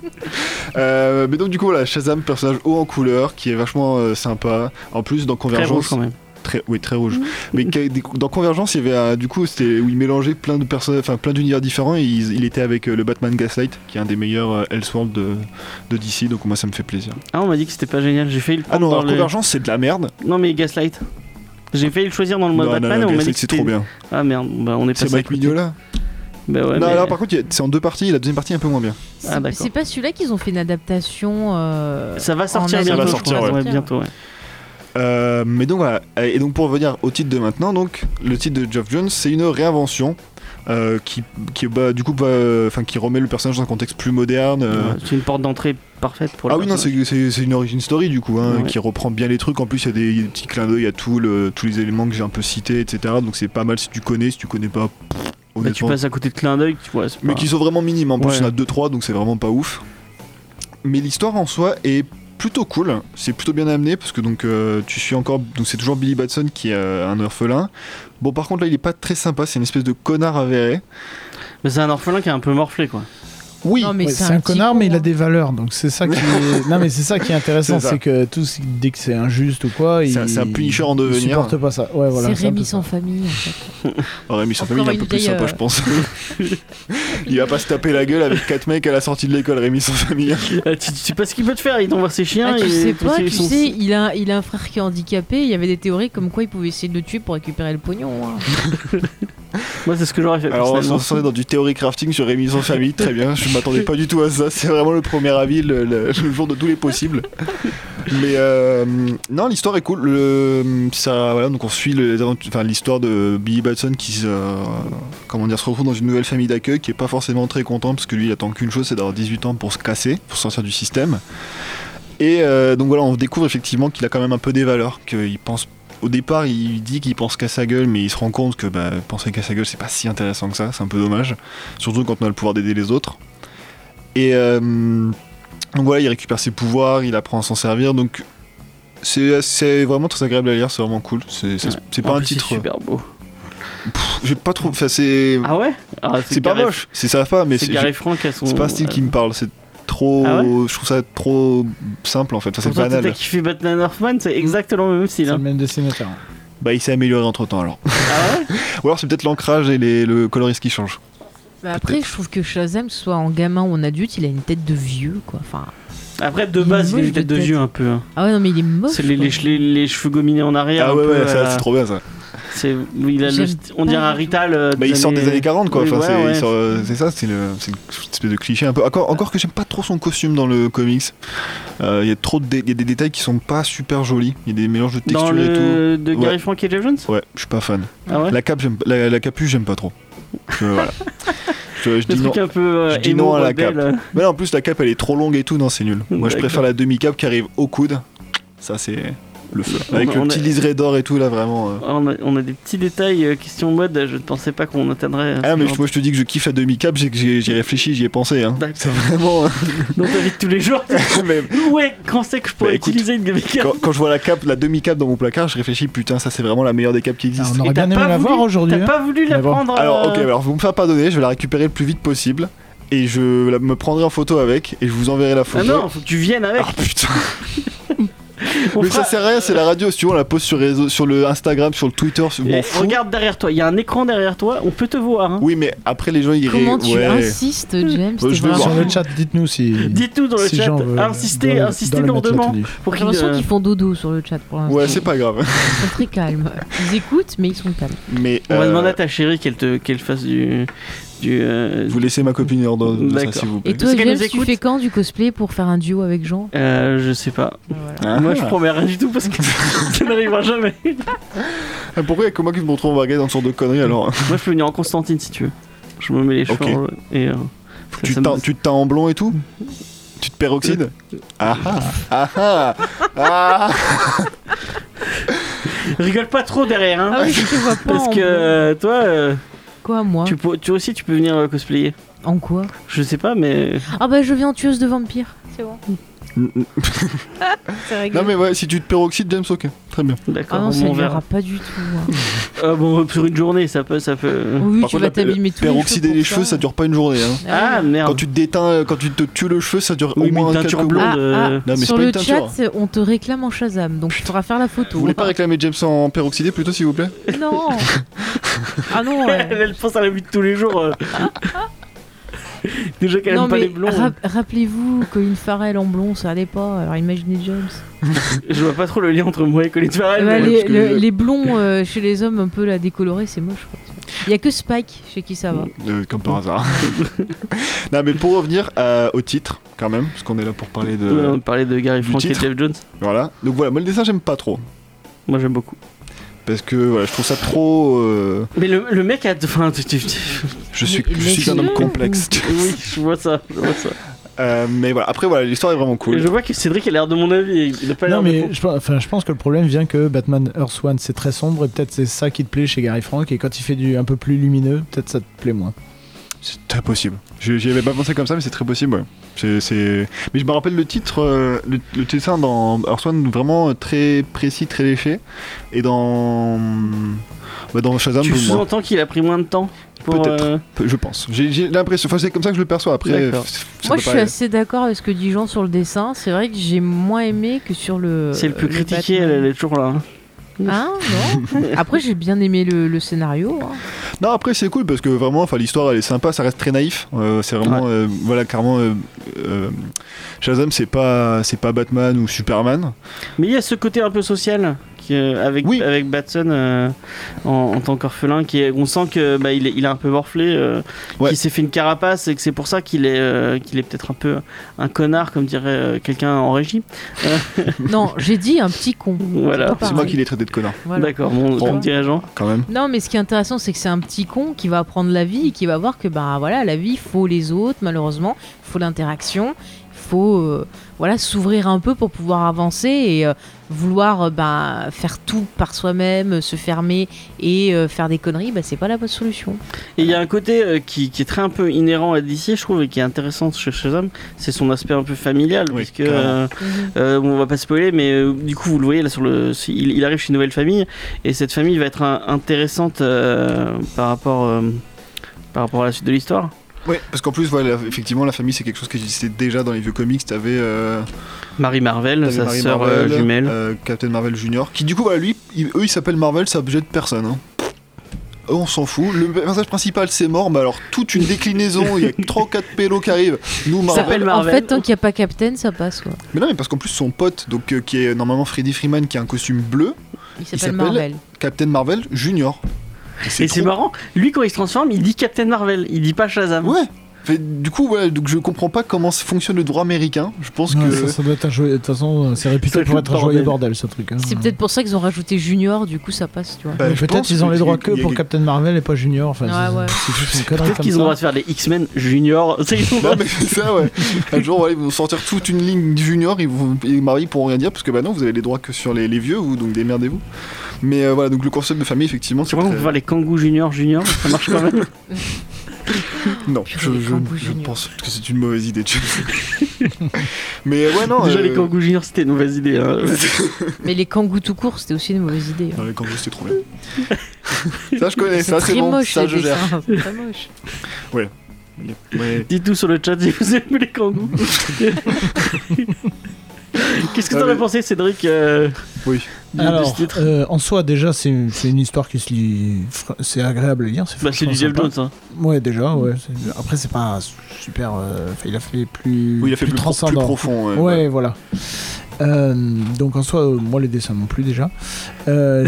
Euh, mais donc du coup voilà, Shazam, personnage haut en couleur, qui est vachement euh, sympa. En plus dans Très rouge Convergence. quand même. très- oui, très rouge. mais qui a- dans Convergence, il y avait euh, du coup c'était où il mélangeait plein de personnages, enfin plein d'univers différents. Et il, il était avec euh, le Batman Gaslight, qui est un des meilleurs euh, Elseworld de, de DC, donc moi ça me fait plaisir. Ah, on m'a dit que c'était pas génial, j'ai failli le Ah non, prendre alors dans le. Convergence c'est de la merde. Non, mais Gaslight. J'ai failli le choisir dans le mode non, non, Batman non, et on m'a dit Gaslight que c'est c'était. trop bien. Ah merde, bah on est C'est passé. Mike à côté. Mignola. Bah ouais. non, mais- alors par contre il y a- c'est en deux parties, la deuxième partie est un peu moins bien. C'est Ah, d'accord. c'est pas celui-là qu'ils ont fait une adaptation. euh, Ça va sortir en bientôt. Ça va je sortir, crois. ouais. bientôt, ouais. Euh, mais donc voilà, et donc pour revenir au titre de maintenant, donc le titre de Geoff Jones, c'est une réinvention euh, qui, qui bah, du coup va- enfin qui remet le personnage dans un contexte plus moderne. euh. Ouais, C'est une porte d'entrée parfaite pour le Ah oui non, personnage. c'est c'est- c'est une origin story du coup, hein, Ouais. qui reprend bien les trucs. En plus, il y a des, il y a des petits clins d'œil à tout le- tous les éléments que j'ai un peu cités, etc. Donc c'est pas mal si tu connais, si tu connais pas. pff, Bah, tu honnêtement. passes à côté de clin d'œil, tu vois. c'est Mais pas- qui sont vraiment minimes. hein. En plus, Ouais. il y en a 2-3, donc c'est vraiment pas ouf. Mais l'histoire en soi est plutôt cool. C'est plutôt bien amené parce que donc euh, tu suis encore. Donc c'est toujours Billy Batson qui est euh, un orphelin. Bon, par contre, là, il est pas très sympa. C'est une espèce de connard avéré. Mais c'est un orphelin qui est un peu morflé, quoi. Oui, Non, mais Ouais, c'est c'est un, un petit connard, con, mais il hein. a des valeurs, donc c'est ça qui est... non mais c'est ça qui est intéressant, C'est ça. c'est que tout ce- dès que c'est injuste ou quoi, C'est il un- c'est un Punisher en il devenir. supporte pas ça. Ouais, voilà, c'est un Rémi peu ça. sans famille. en fait. Ouais, mais son Encore famille il est un une peu plus vieille, sympa, euh, je pense. il va pas se taper la gueule avec quatre mecs à la sortie de l'école, Rémi, sans famille. Euh, tu, tu sais pas ce qu'il peut te faire, il t'envoie ses chiens. Ah, tu et sais tous pas, ses- tu son- sais, il a, il a un frère qui est handicapé. Il y avait des théories comme quoi il pouvait essayer de le tuer pour récupérer le pognon. hein. Moi, c'est ce que j'aurais fait. Alors, on va se personnellement. lancer dans du théorie crafting sur Rémi sans famille. Très bien, je m'attendais pas du tout à ça. C'est vraiment le premier avis, le, le- le jour de tous les possibles. Mais euh, non, l'histoire est cool. Le, ça, voilà, donc on suit le- les aventures- enfin, l'histoire de Billy Batson qui se, euh, comment dire, se retrouve dans une nouvelle famille d'accueil qui est pas forcément très content parce que lui, il attend qu'une chose, c'est d'avoir 18 ans pour se casser, pour sortir du système. Et euh, donc voilà, on découvre effectivement qu'il a quand même un peu des valeurs, qu'il pense au départ, il dit qu'il pense qu'à sa gueule, mais il se rend compte que bah, penser qu'à sa gueule, c'est pas si intéressant que ça, c'est un peu dommage. Surtout quand on a le pouvoir d'aider les autres. Et euh, donc voilà, il récupère ses pouvoirs, il apprend à s'en servir, donc c'est c'est vraiment très agréable à lire, c'est vraiment cool. C'est c'est- c'est En pas un plus, c'est titre. super beau. pff, J'ai pas trop. enfin, c'est Ah ouais Ah, c'est pas Gareth- moche, c'est ça pas, mais C'est c'est Gary Frank à son. c'est pas un style qui me parle, c'est trop. Ah je trouve ça trop simple en fait, enfin, c'est Pourtant, T'as banal. kiffé Batman Earthman, c'est exactement le même C'est style. le hein. même dessinateur. Bah, il s'est amélioré entre temps alors. Ah ouais Ou alors c'est peut-être l'ancrage et les- le coloris qui change. Bah, après, je trouve que Shazam, que ce soit en gamin ou en adulte, il a une tête de vieux, quoi. Enfin, Après, de Il est base, il a moche une tête de de tête. vieux un peu. hein. ah ouais, non, mais il est moche. C'est les, quoi. les, che- les- les cheveux gominés en arrière. Ah un ouais, peu, ouais, euh, ça c'est trop bien ça. c'est- il a le J'aime st- On pas dirait un du tout. Rital. euh, Bah, il sort des années 40 quoi, Oui, enfin, ouais, c'est, il ouais. sort, euh, c'est ça, c'est, le, c'est une espèce de cliché un peu. Encore, encore que j'aime pas trop son costume dans le comics. Euh, Il y a trop de dé- il y a des détails qui sont pas super jolis. Il y a des mélanges de Dans textures et le. De Ouais. Gary Frank et Jeff Jones tout. Ouais, je suis pas fan. Ah ouais La, cape, j'aime, la, la capuche, j'aime pas trop. Je, voilà. je, je Le dis non. truc un peu. euh, Je dis émo, non à la rebelle, cape. euh. Mais là, en plus, la cape elle est trop longue et tout, non, c'est nul. Moi, je D'accord. préfère la demi-cape qui arrive au coude. Ça, c'est le feu. On- Avec on le petit est- liseré d'or et tout, là, vraiment. euh. On a, on a des petits détails, euh, question mode, je ne pensais pas qu'on atteindrait. euh, Ah, mais ce je- moi, je te dis que je kiffe la demi-cape, j'ai, j'ai- j'y ai réfléchi, j'y ai pensé. Hein. genre. C'est vraiment. Dans ta vie de tous les jours, tu Mais- dis, ouais, quand c'est que je pourrais Bah, écoute, utiliser une Gary Cape quand, quand je vois la cape, la demi-cape dans mon placard, je réfléchis, putain, ça c'est vraiment la meilleure des capes qui Alors, existe. on Et aurait t'as bien aimé pas la voulu- voir aujourd'hui. T'as hein. pas voulu la Mais bon. prendre. Alors, euh, ok, bah, alors vous me faire pas donner, je vais la récupérer le plus vite possible et je la- me prendrai en photo avec et je vous enverrai la Ah photo. non, faut que tu viennes avec. Ah, putain. On Mais fera- ça sert à rien, c'est la radio. Si tu veux, on la pose sur, les réseaux- sur le Instagram, sur le Twitter. Sur... Eh, m'en fous. regarde derrière toi, il y a un écran derrière toi, on peut te voir. hein. Oui, mais après, les gens, ils Comment tu ouais. insistes, James Euh, t'es je vais vraiment- Sur le chat, dites-nous si. Dites-nous dans le si chat, Jean veut- insistez, doit- insistez doit euh, le mettre lourdement. là-dessus. Pour J'ai qu'il, l'impression euh, qu'ils font dodo sur le chat pour l'instant. Ouais, c'est pas grave. Ils sont très calmes. Ils écoutent, mais ils sont calmes. Mais On va euh, demander à ta chérie qu'elle te, qu'elle fasse du, du. euh, vous laissez ma copine hors de- de ça, D'accord. s'il vous plaît. Et toi, Parce qu'elle James, nous tu écoute. fais quand du cosplay pour faire un duo avec Jean euh, je sais pas. Voilà. Ah. Moi, je promets rien du tout parce que ça n'arrivera jamais. Ah, Pourquoi il y a que moi qui me retrouve en baguette dans ce genre de conneries alors Moi, je peux venir en Constantine si tu veux. Je me mets les cheveux Ok. en- et. euh, Tu ça te me- teins- tu te teins en blond et tout Tu te peroxydes Ah ah Ah ah Rigole pas trop derrière, hein. Ah oui, je te vois pas. Parce en- que euh, toi, euh, Quoi, moi tu, peux- tu aussi, tu peux venir euh, cosplayer. En quoi Je sais pas, mais. euh, Ah bah, je viens en tueuse de vampires. C'est bon. C'est rigolo. Non mais ouais, si tu te peroxydes, James, ok. Très bien. D'accord, Ah non, ça on ne verra verra. pas du tout. hein. Ah, bon, sur une journée, ça peut. Ça peut... Oui, Par tu contre, vas la- t'abîmer tout. Peroxyder les cheveux, ça dure pas une journée. hein. Ah merde. Quand tu te déteins, euh, quand tu te tues le cheveu, ça dure Oui, au mais moins une quelques teinture mois. blonde. Ah, euh, ah, Non, mais sur c'est le pas une chat, teinture. on te réclame en Shazam, donc tu pourras faire la photo. hein. Vous voulez pas réclamer James en peroxydé plutôt, s'il vous plaît Non Ah non ouais. Elle, elle pense à la vie de tous les jours. euh. Déjà qu'elle Non aime pas mais les blonds. rap- rappelez-vous, Colin Farrell en blond, ça allait pas. Alors imaginez James. euh, Je vois pas trop le lien entre moi et Colin Farrell. Bah, mais- les, parce que- le- les blonds euh, chez les hommes un peu la décolorés, c'est moche. quoi. Il y a que Spike chez qui ça va. Euh, Comme par hasard. non mais pour revenir euh, au titre, quand même, parce qu'on est là pour parler de... Ouais, on parlait de Gary du Frank et titre. Jeff Jones. Voilà. Donc voilà, moi le dessin, j'aime pas trop. Moi j'aime beaucoup. Parce que voilà, je trouve ça trop... euh, Mais le, le mec a. Enfin, tu- tu- tu- Je suis, Mais je suis un homme laisse-le. complexe. oui, je vois ça. Je vois ça. Euh, mais voilà, après voilà, l'histoire est vraiment Et cool. je vois que Cédric a l'air de mon avis. Il a pas l'air Non, de mais con. je, pense- enfin, je pense que le problème vient que Batman Earth One c'est très sombre et peut-être c'est ça qui te plaît chez Gary Frank et quand il fait du un peu plus lumineux, peut-être ça te plaît moins. C'est très possible. Je- J'y avais pas pensé comme ça, mais c'est très possible. ouais. C'est, c'est- Mais je me rappelle le titre, euh, le, le dessin dans Earth One, vraiment euh, très précis, très léché. Et dans. Bah, dans Shazam, Tu peu moins. sous-entends qu'il a pris moins de temps pour. Peut-être. euh, Peu- je pense. J'ai, j'ai l'impression. Enfin, c'est comme ça que je le perçois. Après, D'accord. f- ça Moi peut je suis pas- assez d'accord avec ce que dit Jean sur le dessin. C'est vrai que j'ai moins aimé que sur le. C'est le plus critiqué, elle, Batman. elle est toujours là. hein. Hein, non Après j'ai bien aimé le, le scénario. hein. Non, après, c'est cool parce que vraiment, enfin, l'histoire elle est sympa, ça reste très naïf. Euh, c'est vraiment, euh, voilà, clairement. euh, euh, Shazam, c'est pas, c'est pas Batman ou Superman. Mais il y a ce côté un peu social qui, euh, avec, Oui. avec Batson euh, en, en tant qu'orphelin. qui est- On sent que bah, il, est, il est un peu morflé, euh, Ouais. qu'il s'est fait une carapace et que c'est pour ça qu'il est, euh, qu'il est peut-être un peu un connard, comme dirait euh, quelqu'un en régie. Non, j'ai dit un petit con. Voilà. pas C'est moi pareil. qui l'ai traité de connard, Voilà. D'accord, bon, Bon. comme dirait Jean. quand même. Non, mais ce qui est intéressant, c'est que c'est un petit con qui va apprendre la vie et qui va voir que bah voilà, la vie faut les autres, malheureusement, faut l'interaction, faut euh, voilà s'ouvrir un peu pour pouvoir avancer et euh, vouloir euh, bah, faire tout par soi-même, euh, se fermer et euh, faire des conneries, bah c'est pas la bonne solution. Et il y a un côté euh, qui, qui est très un peu inhérent à DC, je trouve, et qui est intéressant chez Shazam, c'est son aspect un peu familial, Oui, puisque carrément. euh, euh, bon, on va pas spoiler, mais euh, du coup vous le voyez là sur le, si- il, il arrive chez une nouvelle famille, et cette famille va être un- intéressante euh, par rapport euh, par rapport à la suite de l'histoire. Ouais, parce qu'en plus, voilà, effectivement, la famille, c'est quelque chose qui existait déjà dans les vieux comics. T'avais euh, Marie Marvel, t'avais sa Mary sœur euh, Marvel, jumelle. euh, Captain Marvel Junior, qui du coup, voilà, lui, il- eux, ils s'appellent Marvel, ça objette personne. hein. Eux, On s'en fout. Le personnage principal, c'est mort, mais alors toute une déclinaison, il y a 3 ou 4 pélos qui arrivent. Nous, Marvel. s'appelle En Marvel. fait, tant qu'il n'y a pas Captain, ça passe quoi. Mais non, mais parce qu'en plus, son pote, donc euh, qui est normalement Freddy Freeman, qui a un costume bleu, Il s'appelle s'appelle Marvel. Captain Marvel Junior. et c'est trop- marrant, lui quand il se transforme, il dit Captain Marvel, il dit pas Shazam. Ouais! Fait, du coup, voilà, donc je comprends pas comment fonctionne le droit américain. Je pense Ouais, que. ça, ça doit être un joyeux- De toute façon, c'est Ça réputé pour fout être le un joyeux bordel. bordel ce truc. Ah. hein. C'est peut-être pour ça qu'ils ont rajouté Junior, du coup ça passe, tu vois. Bah, Mais je peut-être pense qu'ils ont les qu'il- droits que il y a- pour Captain Marvel et pas Junior. Enfin, Ouais, c'est- ouais. c'est juste une connerie Peut-être comme qu'ils ont le droit ça. de faire des X-Men Junior. C'est qu'ils ont le droit Non mais c'est ça ouais. Un jour voilà, ils vont sortir toute une ligne junior, ils vont et Marie pourront rien dire parce que bah non vous avez les droits que sur les, les vieux vous donc démerdez-vous. Mais euh, voilà donc le concept de famille effectivement Tu c'est vois qu'on peut très- faire les Kangoo Junior Junior, ça marche quand même. non Purée, je, les je- Kangoo je Junior. pense que c'est une mauvaise idée. tu vois. mais euh, ouais non. Déjà euh, les Kangoo Junior c'était une mauvaise idée. hein. Mais les kangous tout court, c'était aussi une mauvaise idée. hein. non, les kangous, c'est trop bien. ça je connais Eh, ça très c'est bon moche, ça les je gère. dessins, c'est très moche. Ouais. Dites-nous sur le chat si vous aimez les Kangoo. Qu'est-ce que t'en as pensé, Cédric euh, Ah Oui. de- de Alors, ce titre euh, en soi, déjà, c'est c'est une histoire qui se lit. fr- C'est agréable à lire. Bah, c'est franchement du Diablo sympa. Jones, hein. Ouais, déjà, ouais. c'est- Après, c'est pas super. euh, enfin, il a fait plus. Oui, il a fait plus, pro- plus transcendant. profond. ouais, Ouais, ouais. voilà. Euh, donc en soi, euh, moi les dessins non plus déjà. Euh,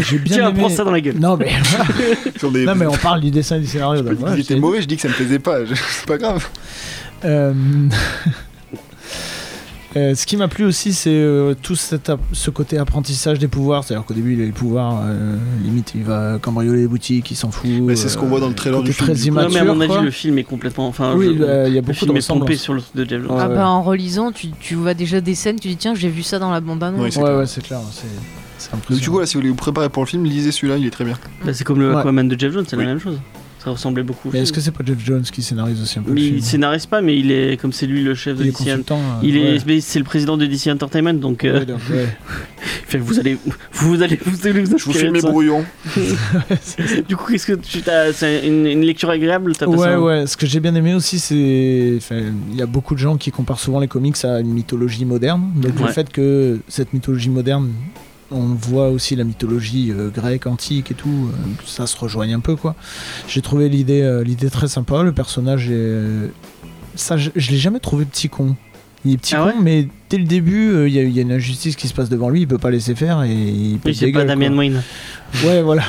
J'ai bien Tiens, aimé. prends ça dans la gueule. Non mais, Sur des- non mais on parle du dessin et du scénario. donc Je peux- voilà, il je était t'ai dit. mauvais, je dis que ça me plaisait pas. je- C'est pas grave. Euh, euh, ce qui m'a plu aussi, c'est euh, tout cet ap- ce côté apprentissage des pouvoirs. C'est-à-dire qu'au début, il a les pouvoirs, euh, limite, il va cambrioler les boutiques, il s'en fout. Mais c'est ce qu'on voit dans le trailer côté du film, très du coup. Non, mais immature, à mon avis, quoi. le film est complètement. Enfin, Oui, je- il y a- il y a le beaucoup de film est ressemblances. pompé sur le de Diablo Jones. Ouais. Ah bah en relisant, tu, tu vois déjà des scènes, tu dis tiens j'ai vu ça dans la bande Oui, annonce. c'est Ouais, clair. ouais, c'est clair. C'est c'est Donc, du impressionnant. coup, là, si vous voulez vous préparer pour le film, lisez celui-là, il est très bien. Bah, c'est comme le Ouais. Aquaman de Jeff Jones, c'est Oui. la même chose. Ça ressemblait beaucoup. au mais est-ce que film. c'est pas Jeff Jones qui scénarise aussi un peu Mais le film hein il scénarise pas, mais il est comme c'est lui le chef de Il est DC. consultant. euh, Il ouais. est, mais c'est le président de DC Entertainment, donc euh, Ouais, donc, ouais. fait, vous allez, vous allez, vous allez vous Je vous inspirer fais de mes ça. brouillons. Du coup, qu'est-ce que tu t'as, c'est une, une lecture agréable, t'as passé Ouais, un- ouais. Ce que j'ai bien aimé aussi, c'est. enfin, Il y a beaucoup de gens qui comparent souvent les comics à une mythologie moderne. Donc le Ouais. fait que cette mythologie moderne, on voit aussi la mythologie euh, grecque, antique et tout, euh, que ça se rejoigne un peu, quoi. J'ai trouvé l'idée euh, l'idée très sympa. Le personnage est. euh, Ça, je, je l'ai jamais trouvé petit con. Il est petit Ah con, ouais mais dès le début, euh, il y, a- il y a une injustice qui se passe devant lui, il peut pas laisser faire et il peut Oui, c'est pas Damien Wayne. Ouais, voilà.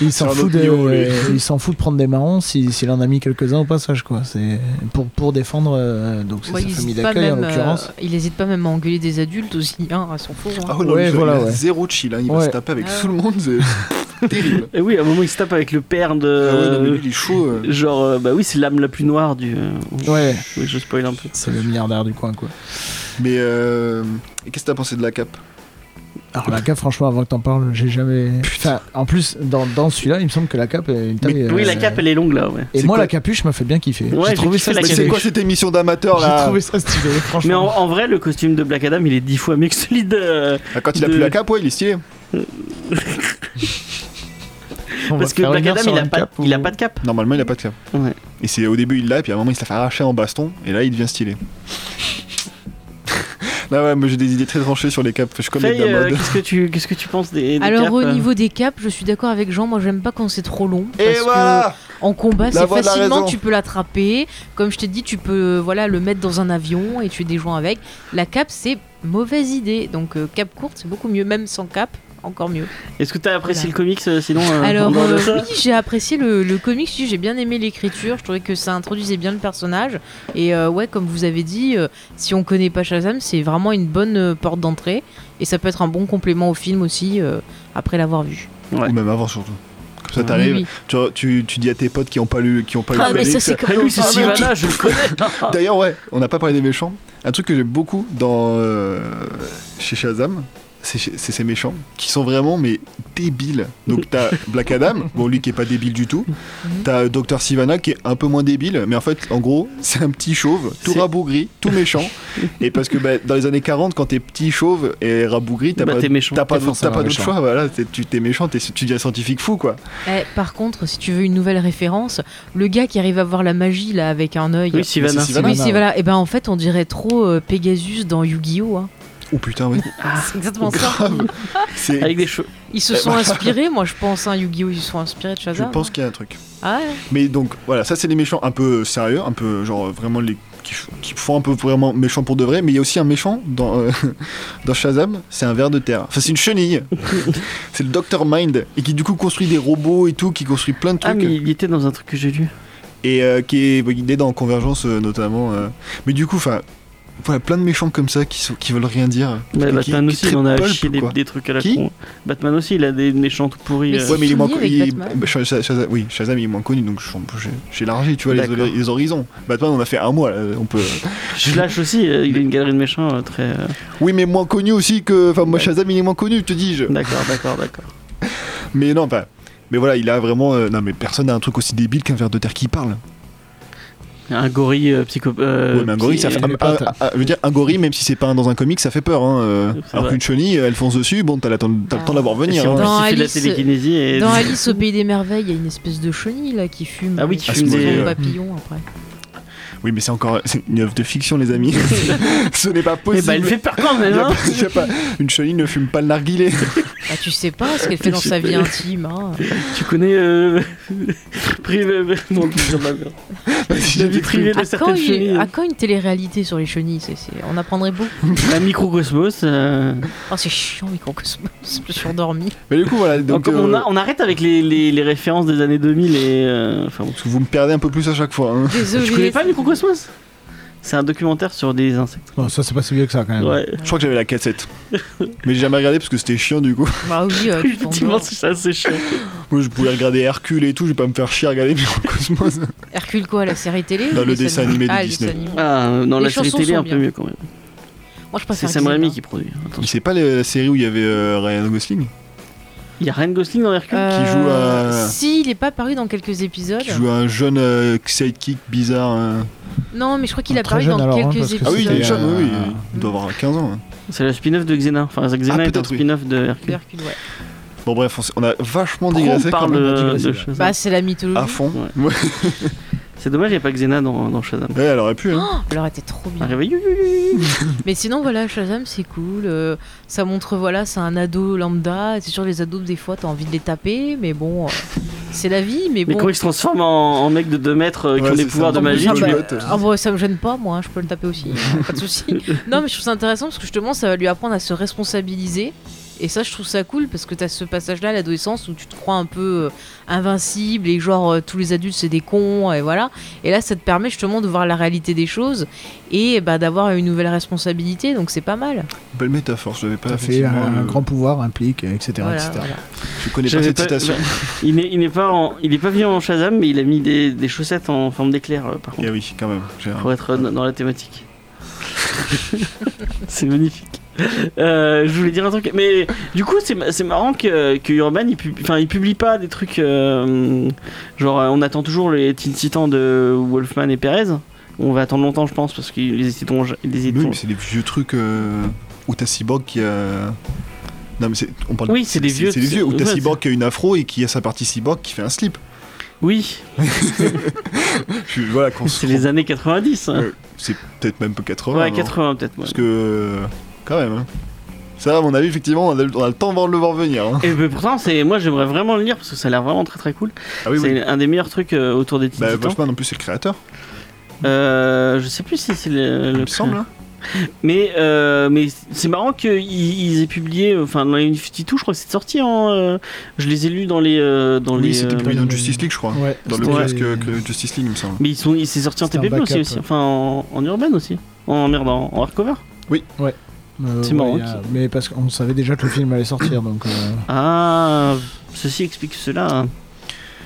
Il s'en un fout autre de, niveau, lui. euh, il s'en fout de prendre des marrons si- s'il en a mis quelques-uns au passage, quoi. C'est pour pour défendre euh, donc c'est Ouais, sa il, famille hésite pas d'accueil en même, euh, l'occurrence. il hésite pas même à engueuler des adultes aussi, hein, à son four. hein. Ah ouais, non, Ouais, mais il voilà, a ouais. zéro chill, hein, il va Ouais. se taper avec Ah tout le monde, c'est terrible. Et oui, à un moment, il se tape avec le père de. Ah ouais, non, mais lui, il est chaud. euh. Genre, euh, bah oui, c'est l'âme la plus noire du. euh, Ouais. Oui, je spoil un peu. C'est le milliardaire du coin, quoi. Mais euh, et qu'est-ce que t'as pensé de la cape Alors la cape, franchement, avant que t'en parles, j'ai jamais. Enfin, en plus dans, dans celui-là, il me semble que la cape. est une taille, Oui, euh, la cape, elle est longue là, ouais. Et C'est moi, quoi la capuche m'a fait bien kiffer. Ouais, j'ai j'ai trouvé kiffé ça la Mais stylé. C'est capuche. quoi cette émission d'amateur J'ai là trouvé ça stylé, Mais en, franchement. en vrai, le costume de Black Adam, il est dix fois mieux que celui de. euh, Ah, Quand il a de- plus la cape, ouais, il est stylé. On va Parce que faire une Black heure Adam, sur il a, la pas, cape il a ou- pas de cape. Normalement, il a pas de cape. Ouais. Et c'est au début, il l'a, et puis à un moment, il se la fait arracher en baston, et là, il devient stylé. Là, ouais, mais j'ai des idées très tranchées sur les capes. Je connais Faye, de la euh, mode. qu'est-ce que tu, qu'est-ce que tu penses des, des Alors capes, au euh niveau des capes, je suis d'accord avec Jean, moi j'aime pas quand c'est trop long. et parce que voilà En combat, La c'est voix de la facilement, raison. tu peux l'attraper. Comme je t'ai dit, tu peux euh, voilà le mettre dans un avion et tuer des gens avec. La cape, c'est mauvaise idée. Donc euh, cape courte, c'est beaucoup mieux, même sans cape, encore mieux. Est-ce que t'as apprécié Voilà. le comics euh, sinon euh, en Alors dehors de euh, ça oui, j'ai apprécié le, le comics, j'ai bien aimé l'écriture, je trouvais que ça introduisait bien le personnage. Et euh, ouais, comme vous avez dit, euh, si on connaît pas Shazam, c'est vraiment une bonne euh, porte d'entrée. Et ça peut être un bon complément au film aussi, euh, après l'avoir vu. Ouais. Ou même avant, surtout. Comme ça, Oui, t'arrives, Oui, oui. tu, tu, tu dis à tes potes qui ont pas lu, qui ont pas lu Ah le mais ça comics, c'est Ah comme oui, c'est Ah, merde. Sivana, je le connais. D'ailleurs, ouais, on n'a pas parlé des méchants. Un truc que j'aime beaucoup dans euh, chez Shazam, c'est c'est ces méchants qui sont vraiment mais débiles. Donc t'as Black Adam, bon lui qui est pas débile du tout. Mhm. T'as euh, Docteur Sivana qui est un peu moins débile, mais en fait, en gros, c'est un petit chauve, tout C'est- rabougri, tout méchant. et parce que bah, dans les années 40, quand t'es petit chauve et rabougri, t'as Bah, pas t'es méchant. T'as pas T'es d'autre t'as forcément pas d'autre méchant. choix, voilà, t'es- tu t'es méchant, t'es- tu deviens scientifique fou quoi. Eh, par contre, si tu veux une nouvelle référence, le gars qui arrive à voir la magie là avec un œil. Oui, Sivana. Mais c'est Sivana. Oui, c'est voilà. Et ben en fait, on dirait trop euh, Pegasus dans Yu-Gi-Oh. hein. Oh putain, oui. C'est exactement ça. Grave. C'est- Avec des cheveux. Ils se Eh ben, sont inspirés, moi je pense, hein, Yu-Gi-Oh. Ils se sont inspirés de Je Shazam. hein. pense qu'il y a un truc. Ah ouais. Mais donc voilà, ça c'est les méchants un peu sérieux, un peu genre vraiment les qui, f- qui font un peu vraiment méchants pour de vrai. Mais il y a aussi un méchant dans euh, dans Shazam, c'est un ver de terre. Enfin c'est une chenille. c'est le Dr Mind et qui du coup construit des robots et tout, qui construit plein de Ah, trucs mais il était dans un truc que j'ai lu. et euh, qui est il est dans Convergence euh, notamment. euh. Mais du coup enfin voilà plein de méchants comme ça qui sont- qui veulent rien dire. Bah, Qui- Batman qui est aussi, très il en a pulp, chié des, quoi. des trucs à la Qui con. Batman aussi, il a des méchants tout pourris. Mais euh. c'est- Ouais mais il est moins fini avec il- Batman. bah, Shaz- Shazam, oui Shazam il est moins connu donc j'ai- j'ai élargi tu vois les, D'accord. les horizons. Batman on a fait un mois là, on peut Je lâche aussi, euh, il a une galerie de méchants euh, très. euh, Oui, mais moins connu aussi que. Enfin, moi, Shazam, il est moins connu, te dis-je. D'accord, d'accord, d'accord. Mais non, enfin. Mais voilà, il a vraiment. euh, non, mais personne n'a un truc aussi débile qu'un ver de terre qui parle. Un gorille euh, psycho. euh, ouais, mais un gorille, ça psy- fait. un- les pattes. un- un- je veux dire, un gorille, même si c'est pas un dans un comic, ça fait peur. Hein, euh, alors C'est vrai. Ah. qu'une chenille, elle fonce dessus, bon, t'as la- t'as le temps d'avoir Et si venir. en hein. plus, Dans il fait de la Alice- télékinésie et. Dans Alice au pays des merveilles, il y a une espèce de chenille là qui fume. Ah oui, euh, qui sur fume son des- papillon après. Oui, mais c'est encore c'est une œuvre de fiction, les amis. Ce n'est pas Eh possible. bah, elle fait peur quand même, Y a hein pas- y a pas- Une chenille ne fume pas le narguilé. Bah, tu sais pas ce qu'elle fait dans sa vie intime. hein. Tu connais. Euh... privé. euh, Non, je vais pas dire. La vie privée de À, quand certaines il- chenilles. hein. à quand une télé-réalité sur les chenilles C'est- c'est- On apprendrait beaucoup. La microcosmos. euh, Oh, c'est chiant, Microcosmos. Je me suis endormie. Mais du coup, voilà. Donc, donc, on, euh, a- on arrête avec les, les- les références des années 2000 et. euh, Enfin, bon. parce que vous me perdez un peu plus à chaque fois. hein. Tu Désolée. connais pas Microcosmos C'est un documentaire sur des insectes. Bon, ça, c'est pas si vieux que ça quand Ah. même. Ouais. Je crois que j'avais la cassette. Mais j'ai jamais regardé parce que c'était chiant du coup. Bah oui, euh, tu Effectivement, t'endors. c'est ça, c'est chiant. Moi je pouvais regarder Hercule et tout, je vais pas me faire chier à regarder Microcosmos. Hercule quoi, la série télé Dans ou Bah, le dessin animé de Ah, le Disney. dessin animé. Ah, non, Les la série chansons télé, sont un bien. peu mieux quand même. Moi, je C'est préfère Sam Disney, Raimi hein. qui produit. Attention. C'est pas la série où il y avait euh, Ryan Gosling Il y a Ryan Gosling dans Hercule joue Euh, à- Si, il est pas paru dans quelques épisodes. Ah, qui joue un jeune euh, sidekick bizarre. hein. Non, mais je crois qu'il a Très paru jeune, dans alors, hein, parce quelques que épisodes. Ah oui, il est C'était, jeune, euh, oui, oui, il doit avoir 15 ans. hein. C'est le spin-off de Xena. Enfin, Xena Ah, est un peut-être, oui. spin-off de Hercule. Hercule, ouais. Bon bref, on, s- on a vachement Pourquoi digressé on parle quand même. euh, digressé, de là. Shazam Bah, c'est la mythologie. à fond. Ouais. Ouais. C'est dommage, il n'y a pas Xena dans, dans Shazam. Ouais, elle aurait pu. hein. Oh, elle aurait été trop bien. Arrivé, you, you, you. Mais sinon, voilà, Shazam, c'est cool. euh, ça montre, voilà, c'est un ado lambda. C'est sûr, les ados, des fois, t'as envie de les taper, mais bon, euh, c'est la vie. Mais Mais bon, comment il se transforme en, en mec de 2 mètres euh, qui Ouais, ont des c'est pouvoirs ça. de En plus, magie ah je tu bah, les- le note. ah bah, ça me gêne pas, moi, je peux le taper aussi, hein, pas de souci. Non, mais je trouve ça intéressant parce que justement, ça va lui apprendre à se responsabiliser. Et ça, je trouve ça cool parce que t'as ce passage-là à l'adolescence où tu te crois un peu euh, invincible et genre euh, tous les adultes c'est des cons et voilà. Et là, ça te permet justement de voir la réalité des choses et bah, d'avoir une nouvelle responsabilité, donc c'est pas mal. Belle métaphore, je n'avais pas Ça fait un, effectivement, un le- grand pouvoir implique, etc. Voilà, etc. voilà. Je connais pas J'avais cette pas- citation. Il n'est il n'est pas, en- il est pas venu en Shazam, mais il a mis des, des chaussettes en forme d'éclair, euh, par contre, Eh oui, quand même. j'ai un- pour être dans, dans la thématique. c'est magnifique. Euh, je voulais dire un truc, mais du coup, c'est ma- c'est marrant que, que Urban il publie, enfin, il publie pas des trucs euh, genre euh, on attend toujours les Teen Titans de Wolfman et Perez. On va attendre longtemps, je pense, parce qu'ils les hésiteront. Ils Oui, hésiteront mais c'est des vieux trucs euh, où t'as Cyborg qui a. Non, mais c'est. On parle Oui, c'est des vieux- C'est des vieux où t'as ouais, Cyborg qui a une afro et qui a sa partie Cyborg qui fait un slip. Oui, Je- voilà, qu'on se- c'est les années 90. hein. Ouais, C'est peut-être même peu 80. Ouais, non 80 peut-être. ouais. Parce que. euh, Quand même. hein. Ça, à mon avis, effectivement, on a, on a le temps avant de le voir venir. hein. Et ben, pourtant, c'est moi j'aimerais vraiment le lire parce que ça a l'air vraiment très très cool. Ah oui, c'est oui. un des meilleurs trucs euh, autour des Teen Bah, Titans. Wolfman, en plus, c'est le créateur, Euh, je sais plus si c'est le, il le me semble. hein. Mais euh, mais c'est marrant qu'ils ils aient publié. euh, Enfin, dans les New 52, je crois que c'est sorti en. euh, je les ai lus dans les euh, dans Oui, les. c'était euh, publié dans le- Justice League, je crois. hein. Ouais. Dans le Ouais. casque que Justice League, il me semble. mais ils sont ils c'est sorti en C'était un TPB aussi, backup. aussi. Enfin, en, en urbain aussi. En merde, en, en hardcover. Euh, C'est marrant, ouais, il y a- Mais parce qu'on savait déjà que le film allait sortir, donc euh, Ah, ceci explique cela. hein.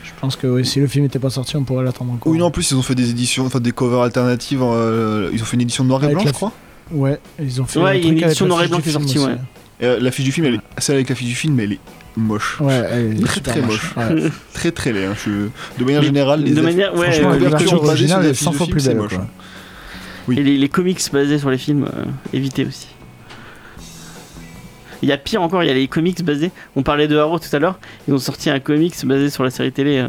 je pense que ouais, si le film n'était pas sorti, on pourrait l'attendre encore. Oui, non, en plus, ils ont fait des éditions, enfin des covers alternatives. euh, ils ont fait une édition noir et Avec blanc, la je crois. Ouais, ils ont fait Ouais, un il y a truc une avec édition la noir et fiche blanc du qui est film sortie, aussi, ouais. Et, euh, l'affiche du film, elle est... celle avec l'affiche du film, elle est moche. Ouais, elle est Très, super très moche. Ouais. Très très laid. hein. Je- De manière Mais- générale, les de manière, ouais, franchement, euh, ouais, Franchement, la l'ouverture les, version version basée sur originale des est fiches 100 de fois films, plus c'est belle. moche. quoi. oui. et les, les comics basés sur les films, euh, évitez aussi. Il y a pire encore, il y a les comics basés. On parlait de Arrow tout à l'heure. Ils ont sorti un comics basé sur la série télé euh,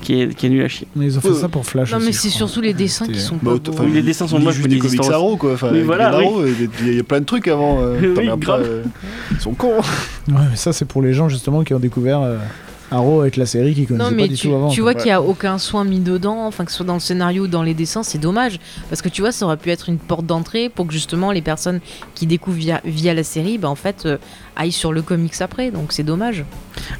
qui, est, qui est nul à chier. Mais ils ont fait Ouais. ça pour Flash. Non, mais aussi, je c'est crois. surtout les dessins qui C'était- sont Bah, pas autant- beaux. enfin, les lis- dessins sont lis moches, juste mais des les comics histoires- Arrow, quoi. Enfin, Oui, avec voilà, les Arrow, euh, Il y, a- il y a plein de trucs avant. euh, Oui, t'en regardes grave. pas, euh, Ils sont cons. hein. Ouais, mais ça, c'est pour les gens justement qui ont découvert euh, Arrow avec la série qu'ils connaissaient Non, pas mais du tu, tout avant. tu quoi. vois Ouais. qu'il n'y a aucun soin mis dedans, enfin que ce soit dans le scénario ou dans les dessins, c'est dommage. Parce que tu vois, ça aurait pu être une porte d'entrée pour que justement les personnes qui découvrent via, via la série, bah, en fait, euh, aillent sur le comics après, donc c'est dommage.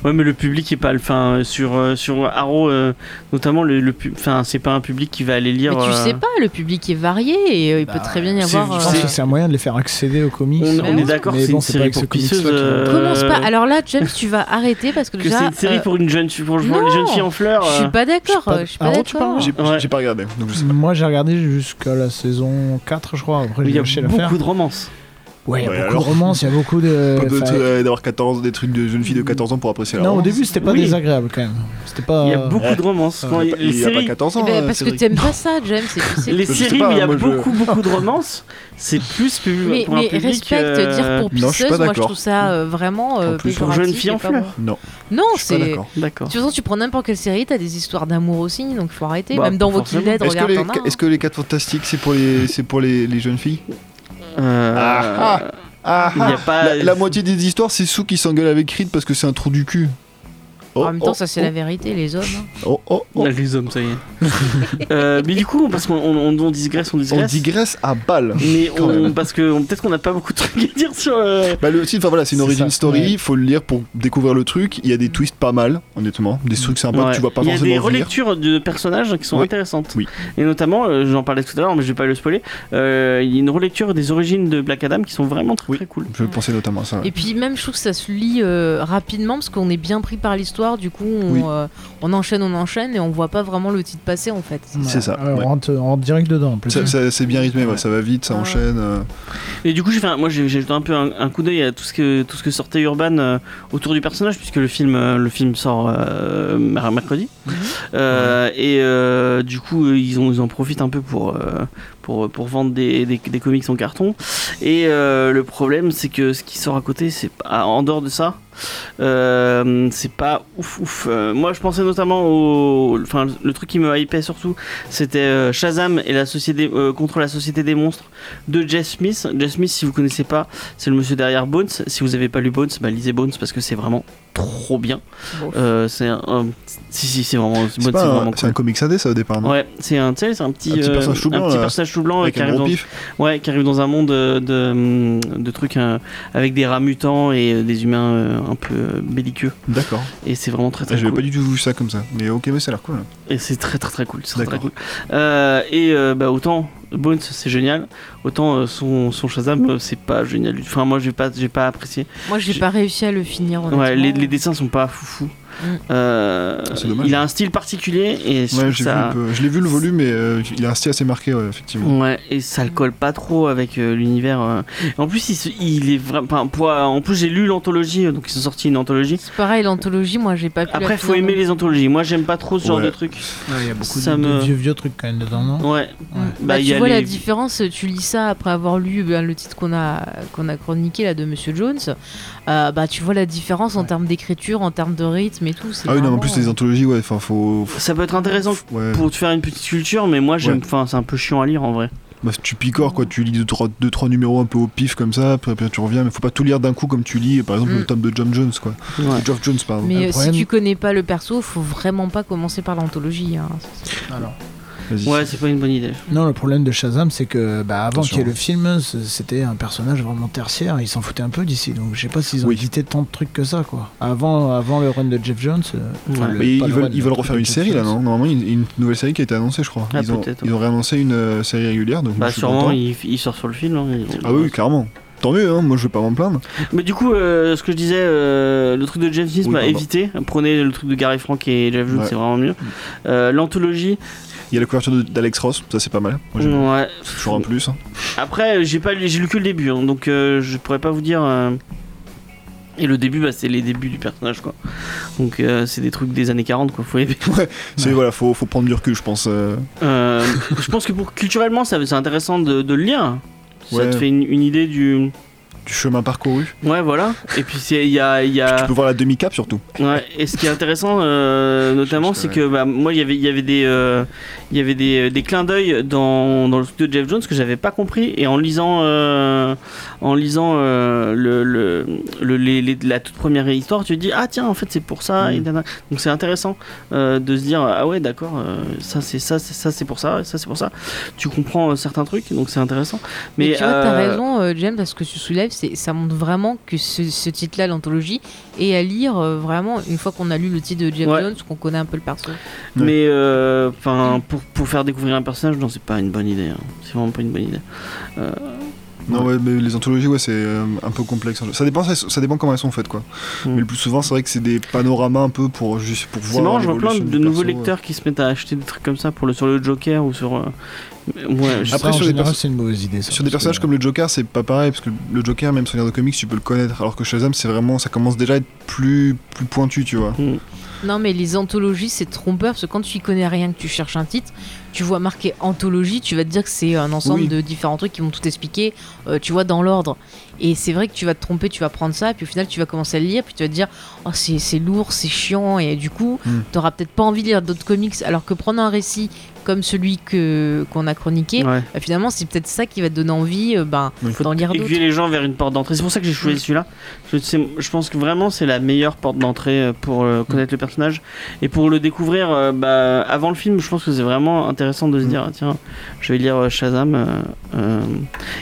Ouais, mais le public est pas. Enfin, euh, sur, euh, sur Arrow, euh, notamment, le, le pub- enfin, c'est pas un public qui va aller lire. mais tu euh, sais pas, le public est varié et euh, il Bah, peut très bien y c'est- avoir. Je c'est- euh, pense que c'est un moyen de les faire accéder aux comics. On, Mais on ouais. est d'accord, Mais c'est bon, une c'est pas série avec ce pour comics-là pisseuse. qu'il y a- euh, Commence pas. Alors là, James, tu vas arrêter parce que, que déjà. c'est une série euh, pour une jeune, pour pour les jeunes filles en fleurs. Je suis euh, pas d'accord. pas- Je suis pas Arrow, tu d'accord. parles J'ai Ouais. j'ai pas regardé, donc je sais pas. Moi, j'ai regardé jusqu'à la saison 4, je crois. Après, où j'ai Il y a lâché l'affaire. beaucoup de romances. Ouais, il y a Ouais, beaucoup alors. de romances, il y a beaucoup de. Pas de- enfin, euh, d'avoir 14, des trucs de jeunes filles de 14 ans pour apprécier la non, au romance. début, c'était pas Oui. désagréable quand même. C'était pas. Il y a beaucoup de romances. Quand Il y a pas- il- les Il y a pas séries, 14 ans. Eh ben, euh, parce que Cédric. t'aimes pas ça, James. et tu sais. les Je sais séries pas, où il y a moi, je- beaucoup, beaucoup de romances, c'est plus pu- Mais, pour un mais public. respecte, euh, dire pour non, je suis pisseuse, pas moi je d'accord. trouve ça euh, vraiment euh, En plus, pour péjoratif jeune fille et en pas fleurs. bon. Non, Non, je suis pas c'est. d'accord. D'accord. De toute façon, tu prends n'importe quelle série, t'as des histoires d'amour aussi, donc faut arrêter. Bah, Même dans pas Walking forcément. Dead, Est-ce que, regarde, les, t'en as un, est-ce que les 4 fantastiques, c'est pour les, c'est pour les, les jeunes filles Euh, Ah, ah, il y a pas. La, la moitié des histoires, c'est Sue qui s'engueule avec Reed parce que c'est un trou du cul. hein. Oh, En même temps, oh, ça c'est la vérité, les hommes. hein. oh, oh, oh. Les hommes, ça y est. Euh, mais du coup, parce qu'on on, on- on digresse, on On digresse. digresse à balle. Mais Quand on- même. parce que on- peut-être qu'on n'a pas beaucoup de trucs à dire sur. euh, Bah, le titre, enfin voilà, c'est une C'est origin ça, story, ouais. faut le lire pour découvrir le truc. Il y a des twists pas mal, honnêtement, des trucs sympas que ouais. Ah bah, tu vois pas Il y a des forcément venir. relectures de personnages qui sont Oui. intéressantes. Oui. Et notamment, euh, j'en parlais tout à l'heure, mais je vais pas le spoiler. euh, il y a une relecture des origines de Black Adam qui sont vraiment très Oui. très cool. Je pensais notamment à ça. ouais. Et puis même, je trouve que ça se lit euh, rapidement parce qu'on est bien pris par l'histoire, du coup on, Oui. euh, on enchaîne, on enchaîne et on voit pas vraiment le titre passer en fait. c'est ça, Ouais, on, ouais. rentre, on rentre direct dedans en plus. Ça- ça- C'est bien rythmé, ouais, ça va vite, ça Ouais. enchaîne. euh. Et du coup, j'ai fait un- moi j'ai j'ai jeté un peu un, un coup d'œil à tout ce que tout ce que sortait Urban euh, autour du personnage, puisque le film euh, le film sort euh, mer- mercredi. Euh, Et euh, du coup, euh, ils, ont, ils en profitent un peu pour euh, pour pour vendre des, des, des comics en carton. Et euh, le problème, c'est que ce qui sort à côté, c'est pas- en dehors de ça, euh, c'est pas ouf ouf. Euh, moi, je pensais notamment au, enfin le truc qui me hypait surtout, c'était euh, Shazam et la société euh, contre la société des monstres de Jeff Smith. Jeff Smith, si vous connaissez pas, c'est le monsieur derrière Bones. Si vous avez pas lu Bones, bah, lisez Bones parce que c'est vraiment trop bien. Mm. Bof. Euh, c'est un- un- si si c'est vraiment Bones, c'est C'est pas un- vraiment c'est un cool. comic indé ça au départ, non Ouais, c'est un, tu sais, c'est un petit, euh, Un petit personnage tout blanc, un petit là, personnage tout blanc, euh, Avec qui un arrive, gros dans, pif. ouais, qui arrive dans un monde euh, de, hum, de trucs euh, avec des rats mutants et euh, des humains euh, un peu euh, belliqueux. D'accord. Ah, Et c'est vraiment très très J'avais cool. pas du tout vu ça comme ça. Mais ok, mais ça a l'air cool. Et c'est très très très cool. c'est Très, très D'accord. cool. Euh, et euh, bah, autant Bones c'est génial, autant euh, son, son Shazam euh, c'est pas génial. Enfin moi j'ai pas j'ai pas apprécié. Moi j'ai j'ai- pas réussi à le finir. Euh, Ouais, les, honnêtement. les dessins sont pas foufou. Mm. Euh, C'est dommage. il a un style particulier et je Ouais, trouve j'ai vu ça. un peu. Je l'ai vu le volume, mais euh, il a un style assez marqué, ouais, effectivement. Ouais, et ça le colle pas trop avec euh, l'univers. euh. En plus, il, se- il est vraiment. enfin, pour- En plus, j'ai lu l'anthologie, euh, donc ils ont sorti une anthologie. C'est pareil, l'anthologie, moi j'ai pas pu. la Après, faut finir aimer non les anthologies. Moi, j'aime pas trop ce genre Ouais. de truc. Il y a beaucoup Ça de, de euh, me- vieux, vieux trucs quand même dedans, non Ouais. Ouais. Bah, Bah, il tu y a vois la les- différence, tu lis ça après avoir lu ben, le titre qu'on a, qu'on a chroniqué là de Monsieur Jones, euh, bah, tu vois la différence en Ouais. termes d'écriture, en termes de rythme et tout. c'est Ah oui, non, en vraiment, plus, les euh, anthologies, ouais, enfin, faut. faut- Ça peut être intéressant Ouais. pour te faire une petite culture, mais moi, j'aime. Ouais. Enfin, c'est un peu chiant à lire en vrai. Bah, tu picores quoi, tu lis 2 trois, deux, trois numéros un peu au pif comme ça, puis après tu reviens, mais faut pas tout lire d'un coup comme tu lis par exemple Mm. le tome de John Jones quoi. Ouais. De Geoff Jones pardon. Mais Le euh, si problème- tu connais pas le perso, faut vraiment pas commencer par l'anthologie. hein. Alors. Vas-y. Ouais, c'est pas une bonne idée. Non, le problème de Shazam, c'est que bah, avant Attention. qu'il y ait le film, c- c'était un personnage vraiment tertiaire. Ils s'en foutaient un peu d'ici. Donc je sais pas s'ils ont Oui. évité tant de trucs que ça, quoi. Avant, avant le run de Jeff Jones. euh, enfin, Ouais. le- Mais ils, pas le veulent, run, ils le veulent truc refaire de une Jeff série là, Jones. non Normalement, il y a une nouvelle série qui a été annoncée, je crois. Ah, ils, ont, peut-être, ils ont réannoncé une euh, série régulière, donc Bah, je suis sûrement, content. il, il sort sur le film. hein, ils- Ah oui, oui, clairement. Tant mieux, hein, moi je vais pas m'en plaindre. Mais du coup, euh, ce que je disais, euh, le truc de James Smith Oui, m'a pardon. évité. Prenez le truc de Gary Frank et Jeff Jones, Ouais. c'est vraiment mieux. Euh, L'anthologie, Il y a la couverture de- d'Alex Ross, ça c'est pas mal. Moi, j'aime. ouais. C'est toujours un plus. hein. Après, j'ai pas, lu- j'ai lu que le début, hein, donc euh, je pourrais pas vous dire. euh, Et le début, bah, c'est les débuts du personnage, quoi. Donc euh, c'est des trucs des années 40, quoi. Faut aimer. C'est voilà, faut, faut prendre du recul, je pense. euh. Euh, je pense que pour culturellement, ça- c'est intéressant de, de le lire. Ça Ouais. te fait une, une idée du. du chemin parcouru. Ouais, voilà. Et puis c'est- il y a, il y a... Tu peux voir la demi-cap surtout. Ouais, et ce qui est intéressant, euh, notamment, Je c'est pense que bah, moi, il y avait- il y avait des, euh, il y avait des, des clins d'œil dans, dans le truc de Jeff Jones que j'avais pas compris. Et en lisant, euh, en lisant euh, le, le, le- les- les- la toute première histoire, tu te dis ah tiens, en fait, c'est pour ça. Mm. et nanana. Donc c'est intéressant euh, de se dire ah ouais, d'accord, euh, ça c'est ça, c'est ça, c'est pour ça, et ça c'est pour ça. Tu comprends euh, certains trucs, donc c'est intéressant. Mais, tu vois, t'as euh, raison, euh, James, parce que tu soulèves, c'est- ça montre vraiment que ce, ce titre-là, l'anthologie, est à lire euh, vraiment une fois qu'on a lu le titre de Jeff Ouais. Jones, qu'on connaît un peu le perso. Ouais. Mais euh, 'fin, pour, pour faire découvrir un personnage, non, c'est pas une bonne idée. hein. C'est vraiment pas une bonne idée. Non, ouais, mais les anthologies, ouais, c'est euh, un peu complexe. Ça dépend, ça, ça dépend comment elles sont faites, quoi. Mm. Mais le plus souvent, c'est vrai que c'est des panoramas un peu pour juste pour C'est voir. marrant, je vois plein l'évolution de du nouveaux perso, lecteurs qui se mettent à acheter des trucs comme ça pour le, sur le Joker ou sur. euh, Ouais, je- Après, Après, en sur les général, perso- c'est une mauvaise idée. ça, Sur des parce personnages que- comme le Joker, c'est euh, pas pareil, parce que le Joker, même sur les de comics, tu peux le connaître, alors que Shazam, c'est vraiment, ça commence déjà à être plus, plus pointu, tu vois. Non, mais les anthologies, c'est trompeur, parce que quand tu y connais rien, que tu cherches un titre, tu vois marqué anthologie, tu vas te dire que c'est un ensemble Oui. de différents trucs qui vont tout expliquer, euh, tu vois, dans l'ordre. Et c'est vrai que tu vas te tromper, tu vas prendre ça, puis au final, tu vas commencer à le lire, puis tu vas te dire, oh, c'est c'est lourd, c'est chiant, et du coup, Hmm. Mm. t'auras peut-être pas envie de lire d'autres comics, alors que prendre un récit comme celui que qu'on a chroniqué, ouais. bah, finalement, c'est peut-être ça qui va te donner envie euh, ben, Oui. d'en lire d'autres. aiguiller les gens vers une porte d'entrée. C'est pour ça que j'ai choisi celui-là. Je, c'est- je pense que vraiment c'est la meilleure porte d'entrée euh, pour Mm. euh, connaître le personnage et pour le découvrir euh, bah, avant le film. Je pense que c'est vraiment intéressant Mm. de se dire ah, tiens, je vais lire euh, Shazam. euh, euh.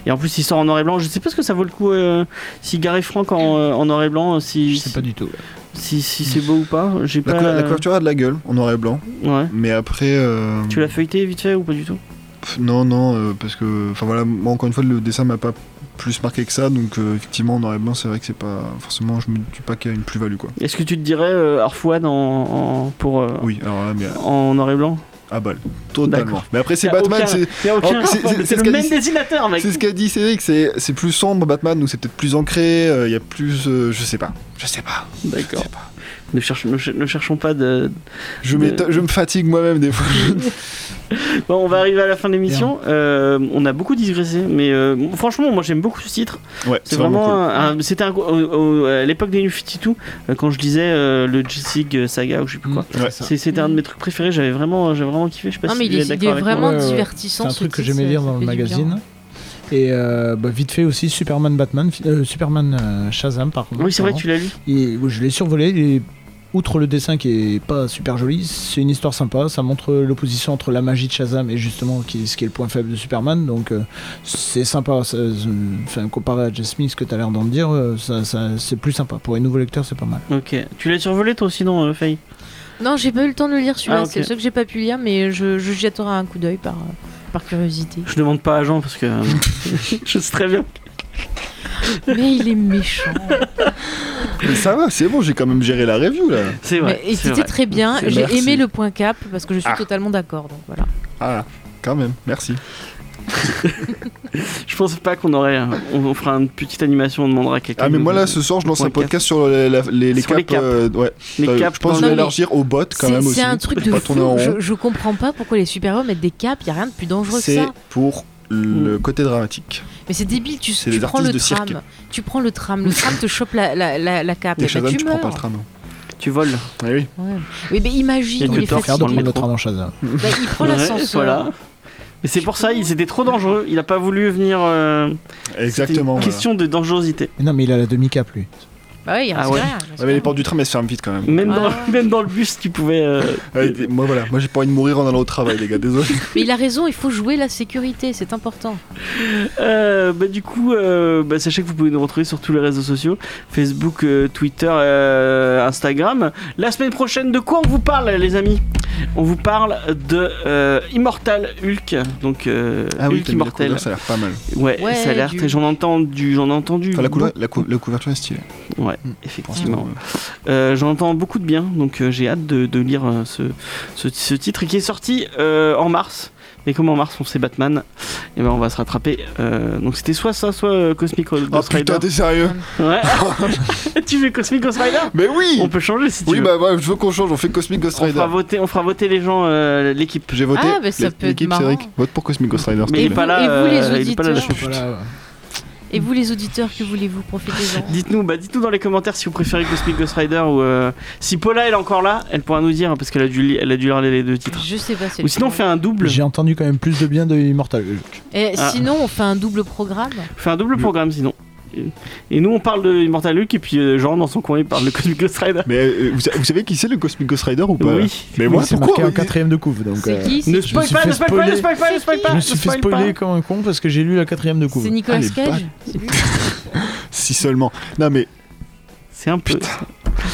Et en plus, il sort en noir et blanc. Je sais pas ce que ça vaut le coup euh, si Gary Frank en, euh, en noir et blanc, euh, si Je sais pas du tout. si, si c'est beau ou pas. J'ai La, pas. cou- la couverture a de la gueule, en noir et blanc, Ouais. mais après. euh, Tu l'as feuilleté vite fait ou pas du tout pff, Non, non, euh, parce que. Enfin voilà, moi encore une fois, le dessin m'a pas plus marqué que ça, donc euh, effectivement, en noir et blanc, c'est vrai que c'est pas. Forcément, je me dis pas qu'il y a une plus-value, quoi. Est-ce que tu te dirais euh, Arfouane en, en- pour euh, Oui, alors là, mais en noir et blanc à balle. Ah, Totalement. D'accord. Mais après, c'est Y a Batman, aucun- c'est. y a aucun Oh, c'est- rapport, c'est- mais c'est C'est ce le qu'a même dit- dessinateur, mec. C'est ce qu'a dit Cédric, c'est c'est plus sombre Batman, donc c'est peut-être plus ancré, euh, il y a plus. euh, je sais pas. Je sais pas. D'accord. Ne, cherche- ne cher- ne cherchons pas de. Je, Mais- m'éto- je me fatigue moi-même des fois. Bon, on va arriver à la fin de l'émission. Euh, on a beaucoup digressé, mais euh, franchement, moi j'aime beaucoup ce titre. Ouais, C'est vraiment. un- un- C'était un- au- au- à l'époque des New 52, euh, quand je disais euh, le Jessig saga ou je sais plus quoi. Ouais. C'est ça. C'est- C'était un de mes trucs préférés. J'avais vraiment, j'avais vraiment kiffé. Je sais pas Non, si mais tu il es est, il est d'accord avec moi. vraiment Ouais, ouais, ouais. divertissant. C'est un ce truc que titre, j'aimais ça- lire ça dans fait le du bien. magazine. Et euh, bah, vite fait aussi Superman Batman, fi- euh, Superman euh, Shazam par contre. Oui, c'est vrai que pardon. tu l'as lu. Et, oui, je l'ai survolé. et outre le dessin qui est pas super joli, c'est une histoire sympa. Ça montre l'opposition entre la magie de Shazam et justement qui, ce qui est le point faible de Superman. Donc euh, c'est sympa. Ça- euh, Enfin, comparé à Jess Smith, ce que tu as l'air d'en dire, euh, ça, ça- c'est plus sympa. Pour les nouveaux lecteurs, c'est pas mal. Ok. Tu l'as survolé toi aussi, non, euh, Faye Non, j'ai pas eu le temps de le lire celui-là, Ah, ok. c'est ce que j'ai pas pu lire, mais je, je jetterai un coup d'œil par, euh, par curiosité. Je demande pas à Jean parce que euh, je sais très bien. Mais il est méchant. Mais ça va, c'est bon, j'ai quand même géré la review là. C'est vrai. Mais- et c'est c'était vrai. très bien, C'est j'ai merci. aimé le point cap parce que je suis Ah. totalement d'accord. Donc voilà. Ah, quand même, merci. Ah, Je pense pas qu'on aurait. euh, On, on fera une petite animation. On demandera à quelqu'un. Ah, mais de- moi là, ce soir, je lance Point un podcast sur la- la- les, les Sur les capes. euh, ouais. les Euh, caps je pense que je dans vais Non, mais élargir aux bottes quand C'est même aussi. c'est un truc Faut de pas fou, tourner en rond. je, je comprends pas pourquoi les super-héros mettent des capes, y a rien de plus dangereux que C'est ça. pour le Mm. côté dramatique. Mais c'est débile, tu, C'est tu les prends le artistes tram, de cirque. tu prends le tram, le tram te chope la, la, la, la cape, Et et bah, Shazam, tu tu prends meurs. pas le train. non. Tu voles. Ah oui. Ouais. Oui, mais Il y a imagine, du il est tort, Faire dans de le fatigué, prendre le train métro. dans Shazam. Bah, il prend Ouais, l'ascenseur. voilà. Mais c'est pour ça, il c'était trop dangereux. Il a pas voulu venir. euh, c'était Exactement. Une voilà. question de dangerosité. Mais non, mais il a la demi-cape lui. Bah oui, il reste Ah ouais. rien, il reste Ouais, mais les rien. portes du train, elles se ferment vite quand même. Même, Ah. dans, même dans le bus, tu pouvais. euh, Ouais, des- moi voilà, moi j'ai pas envie de mourir en allant au travail, les gars, désolé. Mais il a raison, il faut jouer la sécurité, c'est important. euh, bah, du coup, euh, bah, sachez que vous pouvez nous retrouver sur tous les réseaux sociaux Facebook, euh, Twitter, euh, Instagram. La semaine prochaine, de quoi on vous parle, les amis On vous parle de euh, Immortal Hulk. Donc, euh, Ah Hulk Ah t'aimes bien la Immortel. couleur, ça a l'air pas mal. Ouais, Ouais, ça a l'air du- très. J'en entends du. J'en ai entendu. Enfin, la, couleur, la, cou- la couverture est stylée. Ouais, Franchement, effectivement. Euh, J'en entends beaucoup de bien, donc euh, j'ai hâte de, de lire euh, ce, ce, ce titre qui est sorti euh, en mars. Mais comme en mars on sait Batman, et ben on va se rattraper. Euh, donc c'était soit ça, soit euh, Cosmic Ghost Oh Rider. putain, t'es sérieux Mm. Ouais. tu veux Cosmic Ghost Rider Mais oui On peut changer si tu Oui, veux. bah ouais, je veux qu'on change, on fait Cosmic Ghost on, fera Rider. voter, on fera voter les gens, euh, l'équipe. J'ai voté. Ah, bah, ça L'é- peut être l'équipe, marrant. Cédric, vote pour Cosmic Ghost Rider. s'il Mais te il est plaît. pas là. et vous, les euh, il est pas là, auditeurs je- Voilà. Et vous les auditeurs, que voulez-vous Profitez-en. Dites-nous, bah dites-nous dans les commentaires si vous préférez Cosmic Ghost Rider ou euh, si Paula elle est encore là, elle pourra nous dire hein, parce qu'elle a dû, li- elle a dû lire les deux titres. Je sais pas. c'est Ou sinon on fait un double. J'ai entendu quand même plus de bien de Immortal Hulk. Et Ah. Eh, Sinon, on fait un double programme. On fait un double programme sinon. Et nous on parle de Immortal Hulk et puis euh, Jean dans son coin il parle de Cosmic Ghost Rider. Mais euh, vous, sa- vous savez qui c'est le Cosmic Ghost Rider ou pas oui. Mais Oui, moi, c'est pourquoi marqué en quatrième de couve. Donc, C'est euh, qui C'est Ne qui spoil suis pas, fait ne spoil pas, spoiler. ne spoil pas, ne spoil pas. Je me ne suis fait spoil pas. spoiler comme un con parce que j'ai lu la quatrième de couve. C'est Ah, Nicolas Allez, Cage Si seulement. Non mais, C'est un peu.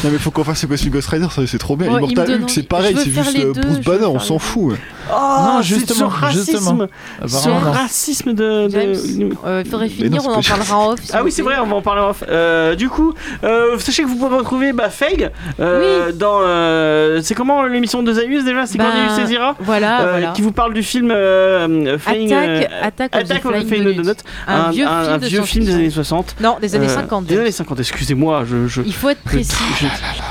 non mais faut qu'on fasse le Cosmic Ghost Rider, ça, c'est trop bien. Ouais, il me Immortal donne Hulk, c'est envie. pareil, Je veux c'est faire juste les euh, deux, Bruce je veux Banner, on faire s'en les fout. hein. ouais. Oh, Non, c'est justement, ce racisme, justement. ce Apparemment, non. racisme de. de- James, euh, il faudrait finir, c'est on pas en parlera en off. s'il Ah oui, vous c'est plaît. vrai, on va en parler en off. Euh, du coup, euh, sachez que vous pouvez retrouver bah, Feig euh, dans. euh, c'est comment l'émission de Zaius déjà C'est Bah, Cornelius Césira Voilà, voilà. euh, Qui vous parle du film euh, Flying. Attaque, euh, attaque, of the Attack on the Flying Flying Donut. Donut. Un, vieux film, un de vieux film des science-fiction. années 60. Non, des années Euh, 50. Des années 50, excusez-moi, je. je... Il faut être je- précis. je-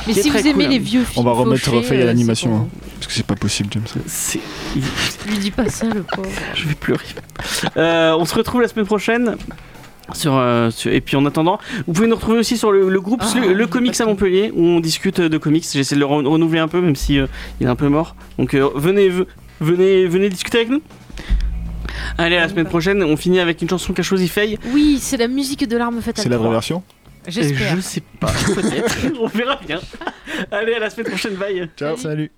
Mais qui est si vous très aimez cool, les hein. vieux films, On va remettre fauchés, Faye euh, à c'est l'animation, pour- hein, parce que c'est pas possible, James. c'est- Lui dis pas ça, le pauvre. Je vais pleurer. Euh, on se retrouve la semaine prochaine. Sur, euh, sur- et puis en attendant, vous pouvez nous retrouver aussi sur le, le groupe Ah, le, le j'ai Comics pas à de- Montpellier où on discute euh, de comics. J'essaie de le re- renouveler un peu, même si euh, il est un peu mort. Donc euh, venez, ve- venez, venez discuter avec nous. Allez, à la semaine prochaine, on finit avec une chanson qu'a choisi Faye. Oui, c'est la musique de l'arme fatale. C'est la vraie 3. version Et J'espère. Je sais pas, peut-être. on verra bien. Allez, à la semaine prochaine, bye. Ciao. Salut.